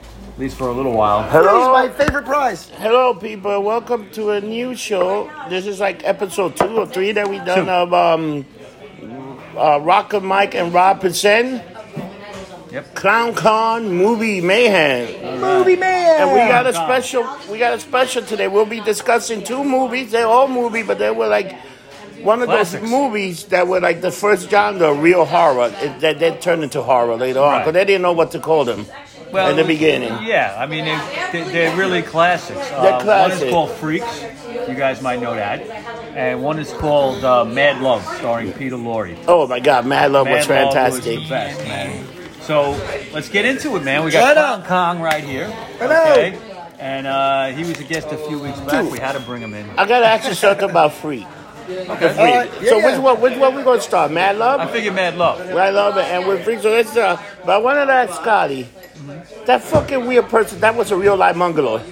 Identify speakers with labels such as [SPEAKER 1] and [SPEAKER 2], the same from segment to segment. [SPEAKER 1] at least for a little while.
[SPEAKER 2] Hello?
[SPEAKER 3] Money's my favorite prize.
[SPEAKER 2] Hello, people. Welcome to a new show. This is like episode two or three that we done of um, uh, Rocker Mike and Rob Percent.
[SPEAKER 1] Yep.
[SPEAKER 2] Clown Con Movie Mayhem.
[SPEAKER 3] Movie man.
[SPEAKER 2] And we got a special. We got a special today. We'll be discussing two movies. They're all movie, but they were like one of
[SPEAKER 1] Classics.
[SPEAKER 2] those movies that were like the first genre, of real horror. It, that they turned into horror later on,
[SPEAKER 1] Right.
[SPEAKER 2] because they didn't know what to call them in the
[SPEAKER 1] it was-
[SPEAKER 2] beginning.
[SPEAKER 1] Yeah, I mean, they, they, they're really classics. Uh,
[SPEAKER 2] They're
[SPEAKER 1] One
[SPEAKER 2] classic.
[SPEAKER 1] is called Freaks. You guys might know that. And one is called uh, Mad Love, starring Peter Lorre.
[SPEAKER 2] Oh my God, Mad Love was
[SPEAKER 1] Mad Love was
[SPEAKER 2] fantastic.
[SPEAKER 1] the best, man. So let's get into it, man. We
[SPEAKER 3] Right
[SPEAKER 1] got
[SPEAKER 3] on.
[SPEAKER 1] Hong Kong right here.
[SPEAKER 3] Hello.
[SPEAKER 1] Okay. And uh, he was a guest a few weeks back. We had to bring him in.
[SPEAKER 2] I gotta ask you something about free. The Freak.
[SPEAKER 3] Alright, yeah,
[SPEAKER 2] so
[SPEAKER 3] yeah.
[SPEAKER 2] which one? Which one we gonna start? Mad
[SPEAKER 1] I
[SPEAKER 2] Love.
[SPEAKER 1] figured Mad Love.
[SPEAKER 2] Mad Love and with free. So let's start. But I wanted to ask Scotty. That fucking weird person. That was a real life mongoloid.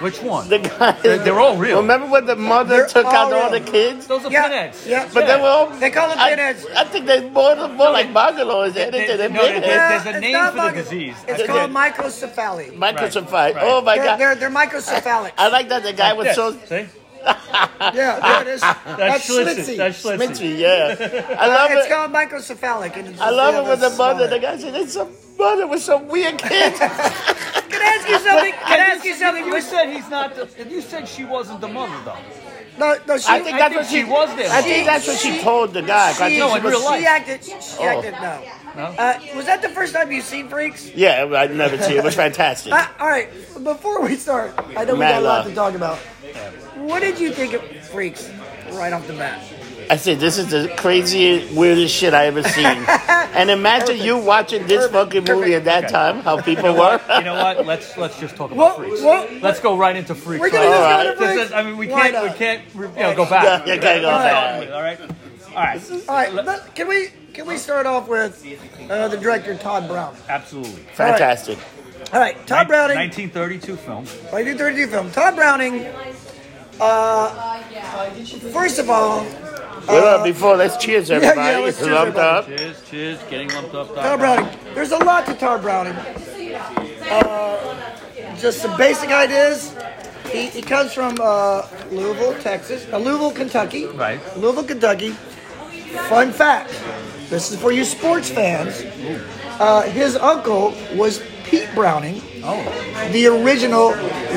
[SPEAKER 1] Which one?
[SPEAKER 2] The guy.
[SPEAKER 1] They're- they're all real.
[SPEAKER 2] Remember when the mother
[SPEAKER 3] They're
[SPEAKER 2] took out
[SPEAKER 3] all
[SPEAKER 2] all the
[SPEAKER 3] real.
[SPEAKER 2] kids?
[SPEAKER 1] Those are
[SPEAKER 3] Yeah,
[SPEAKER 1] pinheads.
[SPEAKER 3] yeah,
[SPEAKER 2] But they were all.
[SPEAKER 3] They call them
[SPEAKER 2] I-
[SPEAKER 3] pinheads.
[SPEAKER 2] I, think they more more like mongoloids than
[SPEAKER 1] They-
[SPEAKER 2] anything. They're
[SPEAKER 1] no, they-
[SPEAKER 2] pinheads.
[SPEAKER 1] There's a
[SPEAKER 3] uh, it's
[SPEAKER 1] name
[SPEAKER 3] not
[SPEAKER 1] for the
[SPEAKER 3] micro-
[SPEAKER 1] disease.
[SPEAKER 3] It's
[SPEAKER 1] I
[SPEAKER 3] called microcephaly.
[SPEAKER 2] Microsoft.
[SPEAKER 1] Right, right.
[SPEAKER 2] Oh my
[SPEAKER 3] They're,
[SPEAKER 2] god.
[SPEAKER 3] they're, they're microcephalic.
[SPEAKER 2] I like that the guy was
[SPEAKER 1] Yes,
[SPEAKER 2] so
[SPEAKER 1] see?
[SPEAKER 3] yeah, there it is. That's, Schlitzie.
[SPEAKER 1] That's Schlitzie.
[SPEAKER 2] smithy. Yeah, I love
[SPEAKER 3] it's
[SPEAKER 2] it.
[SPEAKER 3] called microcephalic. And it's
[SPEAKER 2] I
[SPEAKER 3] just
[SPEAKER 2] love
[SPEAKER 3] the
[SPEAKER 2] it with
[SPEAKER 3] other
[SPEAKER 2] the mother.
[SPEAKER 3] smaller.
[SPEAKER 2] The guy said, "It's a mother with some weird kids."
[SPEAKER 3] Can I ask you something? Can I ask you something?
[SPEAKER 1] You said he's not. The, you said she wasn't the mother, though.
[SPEAKER 3] No, no, she,
[SPEAKER 2] I think that's
[SPEAKER 1] think
[SPEAKER 2] what
[SPEAKER 1] she
[SPEAKER 2] she,
[SPEAKER 1] was there.
[SPEAKER 2] I think that's what she, told the guy. 'cause I think
[SPEAKER 3] she,
[SPEAKER 1] No,
[SPEAKER 2] she
[SPEAKER 1] in
[SPEAKER 2] was-
[SPEAKER 1] real life.
[SPEAKER 3] she acted. She acted. No. Uh, was that the first time you seen Freaks?
[SPEAKER 2] Yeah, I never see it. It was fantastic.
[SPEAKER 3] Uh, all right. Before we start, I know we
[SPEAKER 2] Mad
[SPEAKER 3] got a lot
[SPEAKER 2] love.
[SPEAKER 3] to talk about. What did you think of Freaks right off the bat?
[SPEAKER 2] I said, "This is the craziest, weirdest shit I ever seen." and imagine you watching this fucking movie at that time. How people were.
[SPEAKER 1] You know what? Let's let's just talk
[SPEAKER 3] What-
[SPEAKER 1] about freaks.
[SPEAKER 3] what-
[SPEAKER 1] Let's go right into freaks.
[SPEAKER 3] We're
[SPEAKER 1] right
[SPEAKER 3] gonna just
[SPEAKER 1] now.
[SPEAKER 3] go into
[SPEAKER 1] This
[SPEAKER 3] freaks?
[SPEAKER 1] is- I mean, we
[SPEAKER 3] Why
[SPEAKER 1] can't.
[SPEAKER 3] not?
[SPEAKER 1] We can't. You know, go back.
[SPEAKER 2] Yeah, yeah, gotta go back.
[SPEAKER 1] All right. All right.
[SPEAKER 3] All right. let- can we can we start off with uh, the director Todd Brown?
[SPEAKER 1] Absolutely.
[SPEAKER 2] fantastic.
[SPEAKER 3] All right, Todd Browning,
[SPEAKER 1] 1932 film.
[SPEAKER 3] 1932 film. Todd Browning. Uh, first of all,
[SPEAKER 2] well, before let's cheers
[SPEAKER 3] yeah,
[SPEAKER 2] everybody.
[SPEAKER 3] let's cheers,
[SPEAKER 2] Lumped up.
[SPEAKER 3] everybody.
[SPEAKER 1] Cheers. Cheers. Getting lumped up.
[SPEAKER 3] Todd Browning. There's a lot to Todd Browning. Uh, just some basic ideas. He, he comes from uh, Louisville, Texas. Uh, Louisville, Kentucky.
[SPEAKER 1] Right.
[SPEAKER 3] Louisville, Kentucky. Fun fact. This is for you sports fans. Uh, his uncle was Pete Browning,
[SPEAKER 1] Oh.
[SPEAKER 3] the original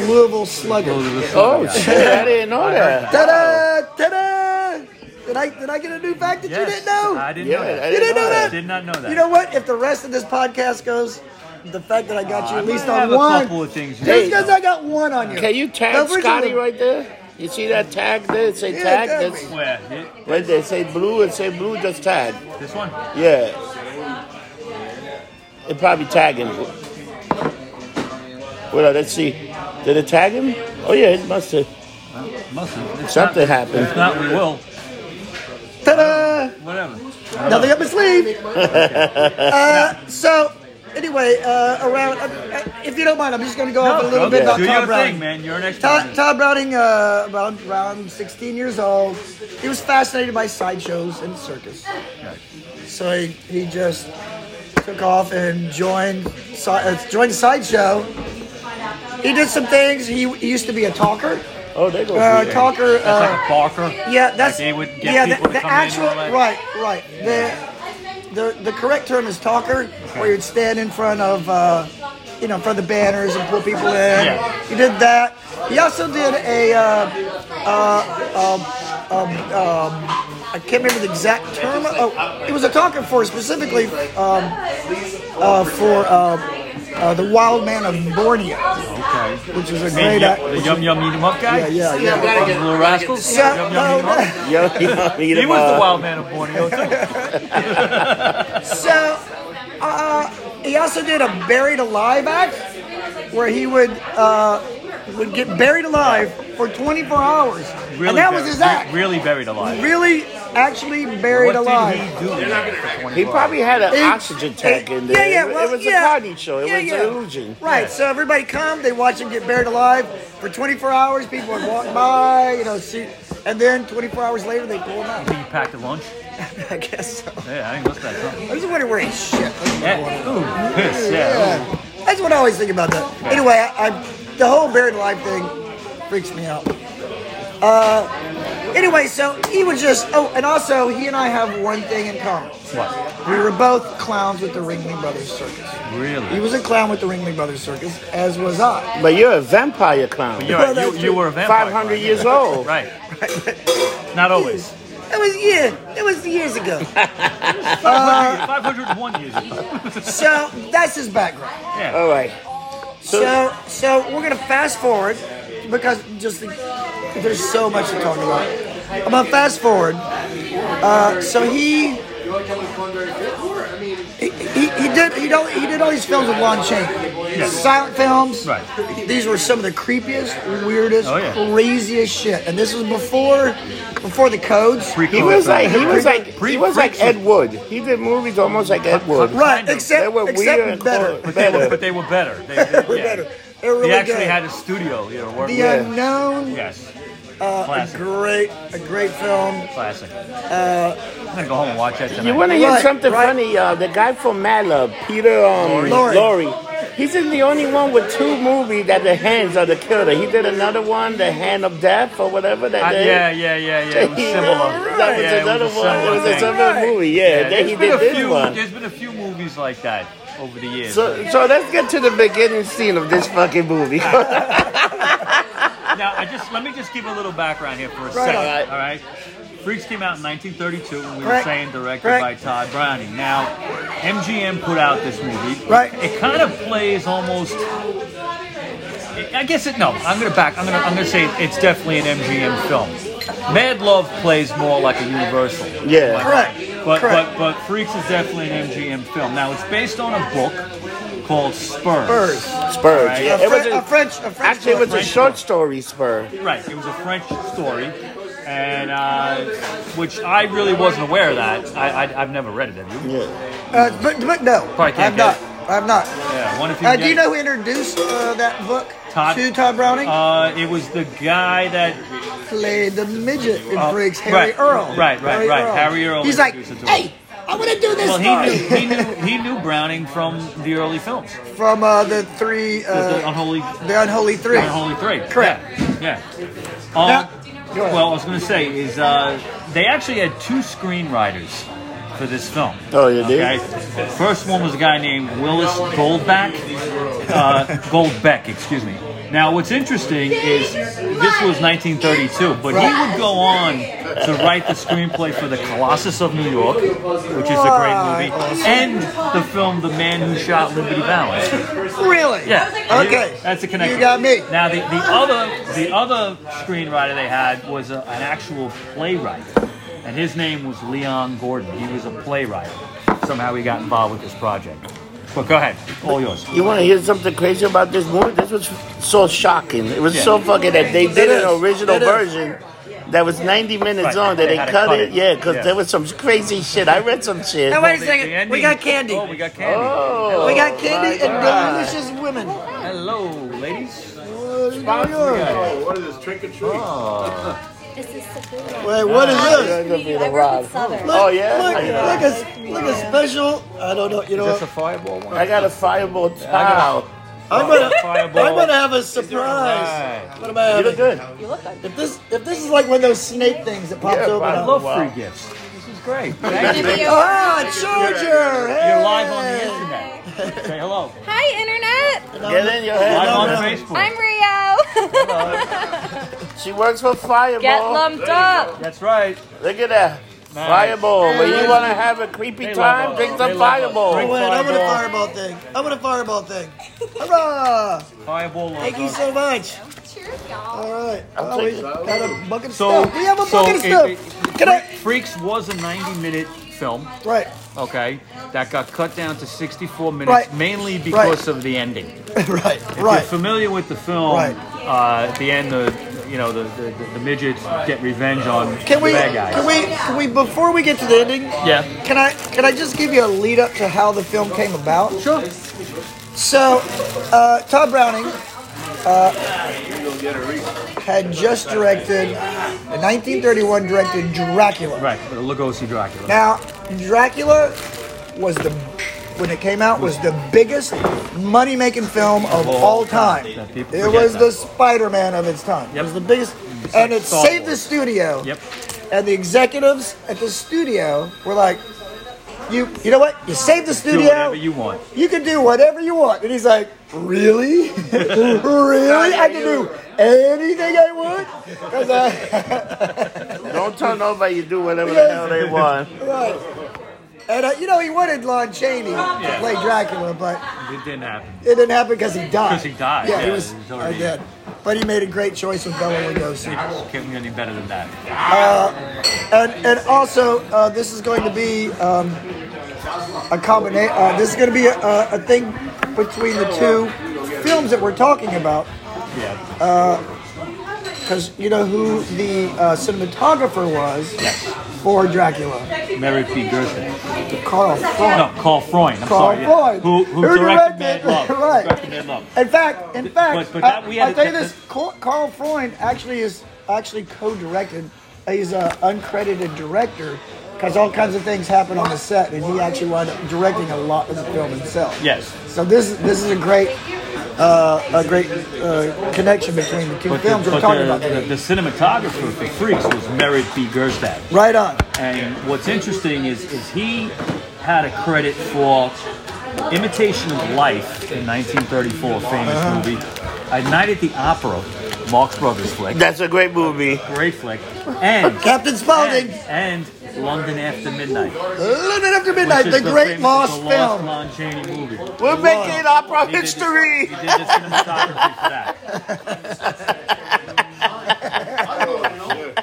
[SPEAKER 3] Louisville Slugger.
[SPEAKER 2] Oh shit! I didn't know that.
[SPEAKER 3] Ta-da! Ta-da! Did I did I get a new fact that you didn't know?
[SPEAKER 1] I didn't
[SPEAKER 2] Yeah,
[SPEAKER 1] know.
[SPEAKER 2] I
[SPEAKER 1] That.
[SPEAKER 3] you didn't know that.
[SPEAKER 1] Did not know that.
[SPEAKER 3] You know what? If the rest of this podcast goes, the fact that I got you
[SPEAKER 1] I
[SPEAKER 3] at least
[SPEAKER 1] might
[SPEAKER 3] on
[SPEAKER 1] have
[SPEAKER 3] one,
[SPEAKER 1] a couple of things.
[SPEAKER 3] just
[SPEAKER 2] Hey.
[SPEAKER 3] because I got one on you.
[SPEAKER 2] Can you tag
[SPEAKER 3] Coverage
[SPEAKER 2] Scotty
[SPEAKER 3] of-
[SPEAKER 2] right there? You see that tag there? It say
[SPEAKER 3] Yeah,
[SPEAKER 2] tag.
[SPEAKER 3] tag
[SPEAKER 2] That's-
[SPEAKER 3] me.
[SPEAKER 1] Where?
[SPEAKER 2] Right there, say blue and say blue, just tag.
[SPEAKER 1] This one.
[SPEAKER 2] Yeah. It probably tag him. Well, uh, let's see. Did it tag him? Oh yeah, it must have.
[SPEAKER 1] Must have. If
[SPEAKER 2] Something
[SPEAKER 1] not-
[SPEAKER 2] happened.
[SPEAKER 1] If not, we will.
[SPEAKER 3] Ta-da!
[SPEAKER 1] Whatever.
[SPEAKER 3] Nothing up my sleeve. uh, so, anyway, uh, around. Uh, uh, if you don't mind, I'm just going to go off a little
[SPEAKER 1] go
[SPEAKER 3] bit
[SPEAKER 2] ahead.
[SPEAKER 3] about
[SPEAKER 1] Do
[SPEAKER 3] Todd
[SPEAKER 1] your
[SPEAKER 3] Browning.
[SPEAKER 1] thing, man. You're an expert.
[SPEAKER 3] Todd, Todd Browning, uh, around, around 16 years old, he was fascinated by sideshows and circus. So he, he just took off and joined si- uh, joined sideshow. He did some things. He, he used to be a talker.
[SPEAKER 2] Oh, they go.
[SPEAKER 3] Uh,
[SPEAKER 2] through there.
[SPEAKER 3] talker.
[SPEAKER 1] That's
[SPEAKER 3] uh,
[SPEAKER 1] like a barker.
[SPEAKER 3] yeah, that's
[SPEAKER 1] they would get
[SPEAKER 3] yeah.
[SPEAKER 1] people
[SPEAKER 3] The,
[SPEAKER 1] to
[SPEAKER 3] the
[SPEAKER 1] come in and
[SPEAKER 3] actual
[SPEAKER 1] all that.
[SPEAKER 3] right, right. The, the the correct term is talker, where you'd stand in front of uh, you know, in front of the banners and pull people in.
[SPEAKER 1] Yeah.
[SPEAKER 3] He did that. He also did a uh, uh, um, um, um, I can't remember the exact term. Oh, it was a talker for specifically um, uh, for uh, uh, the wild man of Borneo,
[SPEAKER 1] Okay.
[SPEAKER 3] which was a
[SPEAKER 1] Man,
[SPEAKER 3] great.
[SPEAKER 1] yeah,
[SPEAKER 3] act-
[SPEAKER 1] the yum yum eat 'em up guy.
[SPEAKER 3] yeah, yeah, yeah.
[SPEAKER 1] From Little Rascals.
[SPEAKER 3] Yeah,
[SPEAKER 1] Yum
[SPEAKER 3] uh,
[SPEAKER 1] Yum Eat 'em Up.
[SPEAKER 2] Yo,
[SPEAKER 3] no,
[SPEAKER 2] you know, you
[SPEAKER 1] He
[SPEAKER 2] know,
[SPEAKER 1] was the
[SPEAKER 2] uh,
[SPEAKER 1] wild man of Borneo too.
[SPEAKER 3] So, uh, he also did a buried alive act where he would uh, would get buried alive for 24 hours, and that was
[SPEAKER 1] buried-
[SPEAKER 3] his act.
[SPEAKER 1] Really buried alive.
[SPEAKER 3] Really, actually buried
[SPEAKER 1] what
[SPEAKER 3] alive.
[SPEAKER 1] did he do? for 24
[SPEAKER 2] He probably
[SPEAKER 1] hours?
[SPEAKER 2] had an
[SPEAKER 3] It-
[SPEAKER 2] oxygen tank
[SPEAKER 3] it-
[SPEAKER 2] in there.
[SPEAKER 3] Yeah, yeah,
[SPEAKER 2] It-
[SPEAKER 3] well,
[SPEAKER 2] it was
[SPEAKER 3] yeah.
[SPEAKER 2] a party show. It
[SPEAKER 3] Yeah,
[SPEAKER 2] was
[SPEAKER 3] yeah.
[SPEAKER 2] an illusion.
[SPEAKER 3] Right, so everybody come, they watch him get buried alive for 24 hours. People would walk by, you know, see, and then 24 hours later they pull him out.
[SPEAKER 1] He packed a lunch.
[SPEAKER 3] I guess so.
[SPEAKER 1] Yeah, I think that's that.
[SPEAKER 3] I was wondering where he shit.
[SPEAKER 1] Yeah. Ooh, piss. Yeah.
[SPEAKER 3] Yeah. That's what I always think about that. Anyway, I, I the whole buried alive thing freaks me out. Uh, anyway, so he was just. Oh, and also he and I have one thing in common.
[SPEAKER 1] What?
[SPEAKER 3] We were both clowns with the Ringling Brothers Circus. He
[SPEAKER 1] Really?
[SPEAKER 3] was a clown with the Ringling Brothers Circus, as was I.
[SPEAKER 2] But you're a vampire clown.
[SPEAKER 1] You're right, you, you were a vampire.
[SPEAKER 2] 500
[SPEAKER 1] right?
[SPEAKER 2] years old.
[SPEAKER 1] Right. Not always.
[SPEAKER 3] It was yeah, it was years ago.
[SPEAKER 1] 501 years old.
[SPEAKER 3] so that's his background.
[SPEAKER 2] All right. So,
[SPEAKER 3] So, so we're gonna fast forward because just the, there's so much to talk about. I'm gonna fast forward. Uh, so he. He, he, he did he, don't, he did all these films with Lon Chaney, silent films.
[SPEAKER 1] Right.
[SPEAKER 3] These were some of the creepiest, weirdest,
[SPEAKER 1] Oh, yeah.
[SPEAKER 3] craziest shit. And this was before before the codes.
[SPEAKER 2] he
[SPEAKER 1] Pre-COVID.
[SPEAKER 2] was like he was like
[SPEAKER 1] Pre-
[SPEAKER 2] he was like Ed Wood. He did movies almost like Ed Wood.
[SPEAKER 3] Right,
[SPEAKER 1] Kind of.
[SPEAKER 2] They
[SPEAKER 3] except
[SPEAKER 2] were weird
[SPEAKER 3] except
[SPEAKER 2] and
[SPEAKER 3] better.
[SPEAKER 2] cool.
[SPEAKER 1] They were-
[SPEAKER 2] better.
[SPEAKER 1] but they were better. They, they
[SPEAKER 3] We're
[SPEAKER 1] yeah.
[SPEAKER 3] better. They were really
[SPEAKER 1] They actually
[SPEAKER 3] good.
[SPEAKER 1] had a studio, you know, work
[SPEAKER 3] the
[SPEAKER 1] with.
[SPEAKER 3] uh,
[SPEAKER 2] Yeah.
[SPEAKER 3] unknown.
[SPEAKER 1] Yes.
[SPEAKER 2] Uh,
[SPEAKER 3] A
[SPEAKER 1] Classic.
[SPEAKER 3] great, a great film.
[SPEAKER 1] Classic. I'm gonna go home and watch that tonight.
[SPEAKER 2] uh, You want to hear
[SPEAKER 3] Right,
[SPEAKER 2] something
[SPEAKER 3] right.
[SPEAKER 2] funny? Uh, the guy from Mad Love, Peter um,
[SPEAKER 3] Lorre.
[SPEAKER 2] Lorre. He's in the only one with two movies that the hands are the killer. He did another one, The Hand of Death or whatever that
[SPEAKER 1] Uh,
[SPEAKER 2] they-
[SPEAKER 1] yeah, yeah, yeah, yeah. It was
[SPEAKER 2] He-
[SPEAKER 1] similar.
[SPEAKER 2] That was
[SPEAKER 1] yeah, it was
[SPEAKER 2] another
[SPEAKER 1] a
[SPEAKER 2] one. It
[SPEAKER 1] similar
[SPEAKER 2] was a
[SPEAKER 1] thing.
[SPEAKER 2] similar movie. Yeah,
[SPEAKER 1] Yeah,
[SPEAKER 2] then
[SPEAKER 1] there's
[SPEAKER 2] he
[SPEAKER 1] been
[SPEAKER 2] did
[SPEAKER 1] a
[SPEAKER 2] this
[SPEAKER 1] few,
[SPEAKER 2] one.
[SPEAKER 1] There's been a few movies like that over the years.
[SPEAKER 2] So, so let's get to the beginning scene of this fucking movie.
[SPEAKER 1] now, I just let me just give a little background here for a
[SPEAKER 3] Right
[SPEAKER 1] second.
[SPEAKER 2] on. Right.
[SPEAKER 1] All right. Freaks came out in 1932, and we
[SPEAKER 3] Correct.
[SPEAKER 1] were saying directed
[SPEAKER 3] Correct.
[SPEAKER 1] by Todd Browning. Now, MGM put out this movie.
[SPEAKER 3] Right.
[SPEAKER 1] It kind of plays almost. I guess it. No, I'm gonna back. I'm gonna. I'm gonna say it's definitely an MGM film. Mad Love plays more like a Universal.
[SPEAKER 2] Yeah.
[SPEAKER 3] Correct.
[SPEAKER 1] But,
[SPEAKER 3] Correct.
[SPEAKER 1] but but Freaks is definitely an MGM film. Now it's based on a book called Spurs.
[SPEAKER 3] Spurs.
[SPEAKER 2] Spurs.
[SPEAKER 1] Right.
[SPEAKER 2] Yeah,
[SPEAKER 3] A,
[SPEAKER 2] it was
[SPEAKER 3] Fre-
[SPEAKER 2] a,
[SPEAKER 3] a French, a French.
[SPEAKER 2] actually it was a
[SPEAKER 1] French
[SPEAKER 2] short story. Spur.
[SPEAKER 1] Right. It was a French story, and uh, which I really wasn't aware of that. I, I I've never read it. Have you?
[SPEAKER 2] Yeah.
[SPEAKER 3] uh, but, but no,
[SPEAKER 1] Probably can't
[SPEAKER 3] I'm
[SPEAKER 1] get
[SPEAKER 3] not.
[SPEAKER 1] it.
[SPEAKER 3] I'm not.
[SPEAKER 1] Yeah. I wonder if you
[SPEAKER 3] Uh,
[SPEAKER 1] can
[SPEAKER 3] do you
[SPEAKER 1] get-
[SPEAKER 3] know who introduced uh, that book
[SPEAKER 1] Todd-
[SPEAKER 3] to Todd Browning?
[SPEAKER 1] Uh, it was the guy that
[SPEAKER 3] Played the midget in
[SPEAKER 1] uh,
[SPEAKER 3] Briggs, Harry
[SPEAKER 1] right,
[SPEAKER 3] Earl.
[SPEAKER 1] right, right,
[SPEAKER 3] Harry
[SPEAKER 1] right. Harry Earl
[SPEAKER 3] He's like,
[SPEAKER 1] introduced it to him.
[SPEAKER 3] hey, I want to do this
[SPEAKER 1] well
[SPEAKER 3] story
[SPEAKER 1] he knew, he knew he knew Browning from the early films,
[SPEAKER 3] from uh, the three,
[SPEAKER 1] the,
[SPEAKER 3] uh,
[SPEAKER 1] the Unholy
[SPEAKER 3] the Unholy Three.
[SPEAKER 1] The Unholy Three.
[SPEAKER 3] Correct.
[SPEAKER 1] Yeah. yeah.
[SPEAKER 3] Now-
[SPEAKER 1] Um,
[SPEAKER 3] Go ahead.
[SPEAKER 1] well, I was going to say is uh, they actually had two screenwriters for this film.
[SPEAKER 2] Oh, you did?
[SPEAKER 1] First one was a guy named Willis Goldback, uh, Goldbeck, excuse me. Now, what's interesting is this was 1932, but he would go on to write the screenplay for The Colossus of New York, which is a great movie, and the film The Man Who Shot Liberty Valance.
[SPEAKER 3] Really?
[SPEAKER 1] Yeah.
[SPEAKER 3] Okay.
[SPEAKER 1] That's the connection.
[SPEAKER 3] You got me.
[SPEAKER 1] Now the, the other the other screenwriter they had was a, an actual playwright, and his name was Leon Gordon. He was a playwright. Somehow he got involved with this project. But go ahead, all yours.
[SPEAKER 2] You want to hear something crazy about this movie? This was so shocking. It was
[SPEAKER 1] Yeah.
[SPEAKER 2] so fucking that they did
[SPEAKER 3] It is.
[SPEAKER 2] an original
[SPEAKER 3] It is.
[SPEAKER 2] version that was 90 minutes
[SPEAKER 1] Right.
[SPEAKER 2] long that
[SPEAKER 1] They
[SPEAKER 2] they,
[SPEAKER 1] had
[SPEAKER 2] cut,
[SPEAKER 1] to cut
[SPEAKER 2] it.
[SPEAKER 1] it.
[SPEAKER 2] Yeah, because
[SPEAKER 1] Yeah.
[SPEAKER 2] there was some crazy shit. I read some shit.
[SPEAKER 3] Now wait a
[SPEAKER 1] The-
[SPEAKER 3] second.
[SPEAKER 1] the
[SPEAKER 3] we
[SPEAKER 1] ending-
[SPEAKER 3] got candy.
[SPEAKER 1] Oh, we got candy.
[SPEAKER 2] Oh,
[SPEAKER 3] we got
[SPEAKER 2] my
[SPEAKER 3] candy
[SPEAKER 2] God.
[SPEAKER 3] and delicious women.
[SPEAKER 1] Hello, ladies.
[SPEAKER 4] What is this trick or treat?
[SPEAKER 5] This is
[SPEAKER 3] Wait, what is
[SPEAKER 2] Oh,
[SPEAKER 3] this?
[SPEAKER 2] that's gonna be
[SPEAKER 5] I
[SPEAKER 2] the
[SPEAKER 5] work with
[SPEAKER 2] rock.
[SPEAKER 5] Southern.
[SPEAKER 2] Oh yeah,
[SPEAKER 3] Look,
[SPEAKER 2] I got-
[SPEAKER 3] look, a, look a special. I don't know. You know,
[SPEAKER 1] Is this
[SPEAKER 3] what?
[SPEAKER 1] a fireball one?
[SPEAKER 2] I got a fireball towel.
[SPEAKER 3] I'm gonna,
[SPEAKER 1] Fireball.
[SPEAKER 3] I'm gonna have a surprise.
[SPEAKER 1] Right.
[SPEAKER 3] What am I
[SPEAKER 2] You look
[SPEAKER 3] having?
[SPEAKER 2] good.
[SPEAKER 5] You look good.
[SPEAKER 3] If this, if this is like one of those snake things that pops
[SPEAKER 2] Yeah,
[SPEAKER 3] open,
[SPEAKER 2] I
[SPEAKER 1] I
[SPEAKER 3] up.
[SPEAKER 1] love
[SPEAKER 2] Wow.
[SPEAKER 1] free gifts. This is great.
[SPEAKER 5] Gonna
[SPEAKER 1] Thank you.
[SPEAKER 5] be a-
[SPEAKER 3] ah, a charger.
[SPEAKER 1] You're
[SPEAKER 3] Hey.
[SPEAKER 1] live on the internet. Say hello.
[SPEAKER 5] Hi, internet.
[SPEAKER 2] Get in your
[SPEAKER 1] Live
[SPEAKER 2] head.
[SPEAKER 1] on
[SPEAKER 3] no.
[SPEAKER 1] Facebook.
[SPEAKER 5] I'm Rio.
[SPEAKER 2] She works for
[SPEAKER 5] Get
[SPEAKER 2] Fireball.
[SPEAKER 5] lumped up.
[SPEAKER 1] That's right.
[SPEAKER 2] Look at that.
[SPEAKER 1] Nice.
[SPEAKER 2] Fireball. When you want to have a creepy
[SPEAKER 1] They love
[SPEAKER 2] time,
[SPEAKER 1] us.
[SPEAKER 2] drink
[SPEAKER 1] They
[SPEAKER 2] some
[SPEAKER 1] love us.
[SPEAKER 2] Fireball.
[SPEAKER 1] Drink-
[SPEAKER 3] Wait, I'm gonna
[SPEAKER 1] Fireball.
[SPEAKER 3] fireball thing. I'm gonna fireball thing. Hurrah!
[SPEAKER 1] Fireball.
[SPEAKER 3] Thank you so much.
[SPEAKER 5] Cheers, y'all.
[SPEAKER 3] All right.
[SPEAKER 2] I'll
[SPEAKER 3] Oh,
[SPEAKER 2] take
[SPEAKER 3] we got a bucket of
[SPEAKER 1] So
[SPEAKER 3] stuff. We have a
[SPEAKER 1] so
[SPEAKER 3] bucket of
[SPEAKER 1] it-
[SPEAKER 3] stuff.
[SPEAKER 1] it-
[SPEAKER 3] Can I?
[SPEAKER 1] Freaks was a 90-minute film,
[SPEAKER 3] Right.
[SPEAKER 1] okay, that got cut down to 64 minutes,
[SPEAKER 3] Right.
[SPEAKER 1] mainly because of the ending. If
[SPEAKER 3] right.
[SPEAKER 1] you're
[SPEAKER 3] Right.
[SPEAKER 1] familiar with the film,
[SPEAKER 3] Right.
[SPEAKER 1] uh, at the end, the you know the, the, the midgets get revenge on
[SPEAKER 3] Can we?
[SPEAKER 1] the bad guys.
[SPEAKER 3] Can we? Can we? Before we get to the ending,
[SPEAKER 1] yeah,
[SPEAKER 3] can I? Can I just give you a lead up to how the film came about?
[SPEAKER 1] sure.
[SPEAKER 3] So, uh, Todd Browning uh, had just directed, in 1931 directed Dracula.
[SPEAKER 1] Right, but Lugosi Dracula.
[SPEAKER 3] Now, Dracula was the when it came out was the biggest money making film of all time.
[SPEAKER 1] That people
[SPEAKER 3] It
[SPEAKER 1] forget
[SPEAKER 3] was
[SPEAKER 1] that.
[SPEAKER 3] the Spider Man of its time. It
[SPEAKER 1] Yep.
[SPEAKER 3] was the biggest, and it
[SPEAKER 1] Saw
[SPEAKER 3] saved the
[SPEAKER 1] Wars.
[SPEAKER 3] studio.
[SPEAKER 1] Yep.
[SPEAKER 3] And the executives at the studio were like, "You, you know what? You saved the
[SPEAKER 1] Do
[SPEAKER 3] studio.
[SPEAKER 1] whatever you want.
[SPEAKER 3] You can do whatever you want. And he's like, Really? really? I can do anything I want? 'Cause I-
[SPEAKER 2] Don't tell nobody you do whatever the hell they want.
[SPEAKER 3] right. And, uh, you know, he wanted Lon Chaney to play Dracula, but
[SPEAKER 1] It didn't happen.
[SPEAKER 3] it didn't happen because he died.
[SPEAKER 1] 'Cause he died,
[SPEAKER 3] Yeah, he
[SPEAKER 1] yeah,
[SPEAKER 3] was
[SPEAKER 1] he's
[SPEAKER 3] uh,
[SPEAKER 1] already-
[SPEAKER 3] dead. But he made a great choice with Bella Lugosi.
[SPEAKER 1] Can't get any better than that.
[SPEAKER 3] And, and also, uh, this is going to be um, a combination. Uh, this is going to be a, a, a thing between the two films that we're talking about.
[SPEAKER 1] Yeah.
[SPEAKER 3] Because you know who the uh, cinematographer was for Dracula?
[SPEAKER 1] Mary P. Gerson.
[SPEAKER 3] Carl Freund.
[SPEAKER 1] Oh, No, Carl Freund. I'm
[SPEAKER 3] Carl
[SPEAKER 1] sorry. yeah.
[SPEAKER 3] Freund.
[SPEAKER 1] Who, who,
[SPEAKER 3] Who
[SPEAKER 1] directed,
[SPEAKER 3] directed-
[SPEAKER 1] Mad Love? Who
[SPEAKER 3] right.
[SPEAKER 1] directed Mad Love?
[SPEAKER 3] In fact, in fact,
[SPEAKER 1] but that-
[SPEAKER 3] I,
[SPEAKER 1] we had
[SPEAKER 3] will
[SPEAKER 1] to
[SPEAKER 3] tell you
[SPEAKER 1] check
[SPEAKER 3] this: Carl Carl Freund actually is actually co-directed. He's an uncredited director because all kinds of things happen on the set, and he actually wound up directing a lot of the film himself.
[SPEAKER 1] Yes.
[SPEAKER 3] So this is- this is a great uh, a great uh, connection between the two
[SPEAKER 1] But,
[SPEAKER 3] films
[SPEAKER 1] the,
[SPEAKER 3] we're
[SPEAKER 1] but
[SPEAKER 3] talking
[SPEAKER 1] the,
[SPEAKER 3] about.
[SPEAKER 1] the,
[SPEAKER 3] today.
[SPEAKER 1] the cinematographer for Freaks was Merritt B. Gerstad.
[SPEAKER 3] right on.
[SPEAKER 1] And what's interesting is, is he had a credit for Imitation of Life in 1934, a famous
[SPEAKER 3] Uh-huh.
[SPEAKER 1] movie. A Night at the Opera, Marx Brothers flick,
[SPEAKER 2] That's a great movie.
[SPEAKER 1] great flick, and
[SPEAKER 3] Captain Spaulding.
[SPEAKER 1] and, and London After Midnight, which
[SPEAKER 3] London After Midnight,
[SPEAKER 1] is
[SPEAKER 3] the, great
[SPEAKER 1] famous-
[SPEAKER 3] lost
[SPEAKER 1] the Lost
[SPEAKER 3] film.
[SPEAKER 1] Lon Chaney movie.
[SPEAKER 2] We're making opera
[SPEAKER 1] He did the-
[SPEAKER 2] history.
[SPEAKER 1] he did the cinematography for that.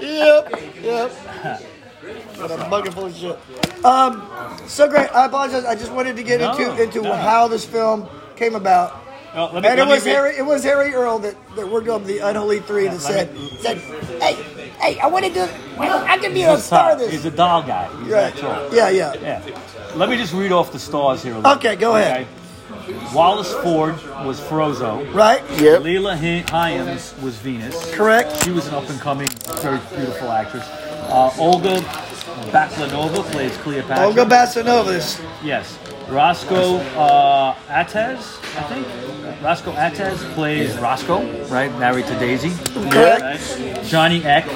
[SPEAKER 3] Yep, yep. Got a bucket full of shit. Um, so great. I apologize. I just wanted to get
[SPEAKER 1] No,
[SPEAKER 3] into into
[SPEAKER 1] no.
[SPEAKER 3] how this film came about.
[SPEAKER 1] No, let me-
[SPEAKER 3] and it
[SPEAKER 1] let me
[SPEAKER 3] was
[SPEAKER 1] read-
[SPEAKER 3] Harry. It was Harry Earl that, that worked up the unholy three that said said, "Hey, hey, I want to do. I can be a
[SPEAKER 1] He's a
[SPEAKER 3] star.
[SPEAKER 1] top.
[SPEAKER 3] This
[SPEAKER 1] He's a doll guy. He's
[SPEAKER 3] right.
[SPEAKER 1] that tall.
[SPEAKER 3] Yeah, yeah.
[SPEAKER 1] Yeah. Let me just read off the stars here. a little.
[SPEAKER 3] Okay, go ahead.
[SPEAKER 1] Okay. Wallace Ford was Frozo.
[SPEAKER 3] Right.
[SPEAKER 2] Yep.
[SPEAKER 1] Leela Hi- Hyams was Venus.
[SPEAKER 3] Correct.
[SPEAKER 1] She was an up and coming, very beautiful actress. Uh, Olga Baklanova plays Cleopatra.
[SPEAKER 3] Olga Bassinovas.
[SPEAKER 1] Yes. Roscoe uh, Atez, I think. Roscoe Atez plays Roscoe, right? Married to Daisy.
[SPEAKER 3] Correct.
[SPEAKER 1] Right? Johnny Eck,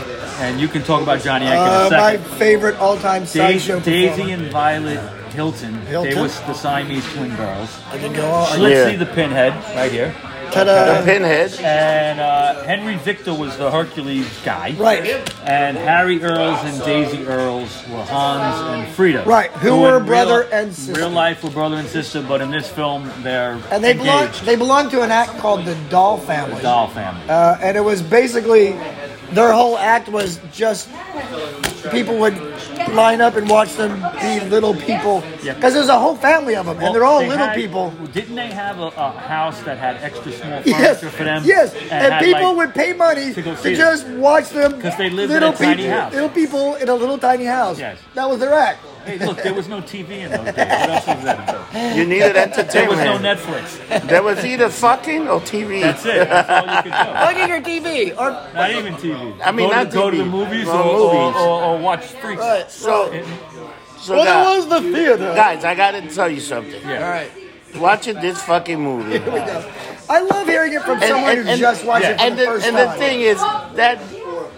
[SPEAKER 1] and you can talk about Johnny Eck in
[SPEAKER 3] Uh,
[SPEAKER 1] a second.
[SPEAKER 3] my favorite all-time sideshow
[SPEAKER 1] Daisy, Daisy
[SPEAKER 3] performer.
[SPEAKER 1] and Violet Hilton. They
[SPEAKER 3] Hilton?
[SPEAKER 1] was the Siamese twin girls.
[SPEAKER 3] I can go on.
[SPEAKER 1] Let's
[SPEAKER 2] Yeah.
[SPEAKER 1] see the pinhead right here.
[SPEAKER 2] The
[SPEAKER 3] Ta-da.
[SPEAKER 2] pinhead.
[SPEAKER 1] And uh, Henry Victor was the Hercules guy.
[SPEAKER 3] Right,
[SPEAKER 1] And Harry Earls and Daisy Earls were Hans and Frida.
[SPEAKER 3] Right, who were
[SPEAKER 1] in
[SPEAKER 3] brother
[SPEAKER 1] real,
[SPEAKER 3] and sister.
[SPEAKER 1] Real life were brother and sister, but in this film they're
[SPEAKER 3] and they belong.
[SPEAKER 1] engaged.
[SPEAKER 3] They belong to an act called the Doll Family.
[SPEAKER 1] The doll family.
[SPEAKER 3] uh, and it was basically their whole act was just people would line up and watch them be little people because
[SPEAKER 1] Yep.
[SPEAKER 3] there's a whole family of them and they're all
[SPEAKER 1] They
[SPEAKER 3] little
[SPEAKER 1] had-
[SPEAKER 3] people.
[SPEAKER 1] Didn't they have a, a house that had extra small furniture
[SPEAKER 3] Yes,
[SPEAKER 1] for them?
[SPEAKER 3] yes, and,
[SPEAKER 1] had,
[SPEAKER 3] people
[SPEAKER 1] like,
[SPEAKER 3] would pay money
[SPEAKER 1] to
[SPEAKER 3] to,
[SPEAKER 1] go see them.
[SPEAKER 3] just watch them.
[SPEAKER 1] 'Cause they lived in
[SPEAKER 3] little
[SPEAKER 1] a tiny
[SPEAKER 3] people,
[SPEAKER 1] house.
[SPEAKER 3] Little people in a little tiny house.
[SPEAKER 1] Yes.
[SPEAKER 3] that was their act.
[SPEAKER 1] Hey, look, there was no TV in those days. What else was that about?
[SPEAKER 2] You needed
[SPEAKER 1] There was no
[SPEAKER 2] entertainment.
[SPEAKER 1] Netflix.
[SPEAKER 2] There was either fucking or TV.
[SPEAKER 1] That's it. That's all you could do.
[SPEAKER 3] Plugging your TV or
[SPEAKER 1] Not even TV.
[SPEAKER 2] I mean,
[SPEAKER 1] go,
[SPEAKER 2] not
[SPEAKER 1] to, go to the
[SPEAKER 2] TV,
[SPEAKER 1] movies, or,
[SPEAKER 2] well, movies.
[SPEAKER 1] Or, or, or watch Freaks.
[SPEAKER 3] right.
[SPEAKER 2] So, so guys-
[SPEAKER 3] Well, there was the theater.
[SPEAKER 2] guys, I gotta tell you something.
[SPEAKER 1] Yeah.
[SPEAKER 3] All right,
[SPEAKER 2] Watching this fucking movie.
[SPEAKER 3] here we go. I love hearing it from someone who just watched it for
[SPEAKER 2] and
[SPEAKER 3] the first
[SPEAKER 2] and
[SPEAKER 3] time.
[SPEAKER 2] the thing is that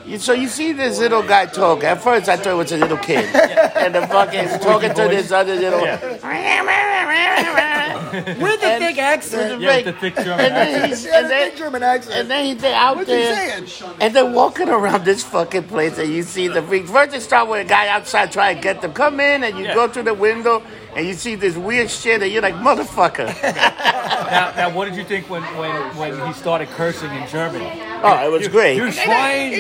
[SPEAKER 2] you, so you see this little guy talk. At first, I thought it was a little kid, and the fucking talking to this other little.
[SPEAKER 3] with the thick accent,
[SPEAKER 2] with
[SPEAKER 1] Yeah, with the thick German
[SPEAKER 2] and then
[SPEAKER 1] accent.
[SPEAKER 2] he's
[SPEAKER 3] yeah,
[SPEAKER 2] and
[SPEAKER 3] the
[SPEAKER 2] then,
[SPEAKER 3] thick German accent.
[SPEAKER 2] and then he's out
[SPEAKER 3] What's he
[SPEAKER 2] there,
[SPEAKER 3] saying?
[SPEAKER 2] and then walking around this fucking place, and you see the freak. First, they start with a guy outside trying to get them. Come in, and you
[SPEAKER 1] Yeah.
[SPEAKER 2] go through the window, and you see this weird shit, and you're like, motherfucker.
[SPEAKER 1] Now, now, what did you think when, when, when he started cursing in German?
[SPEAKER 2] oh, it was great.
[SPEAKER 1] You're swine.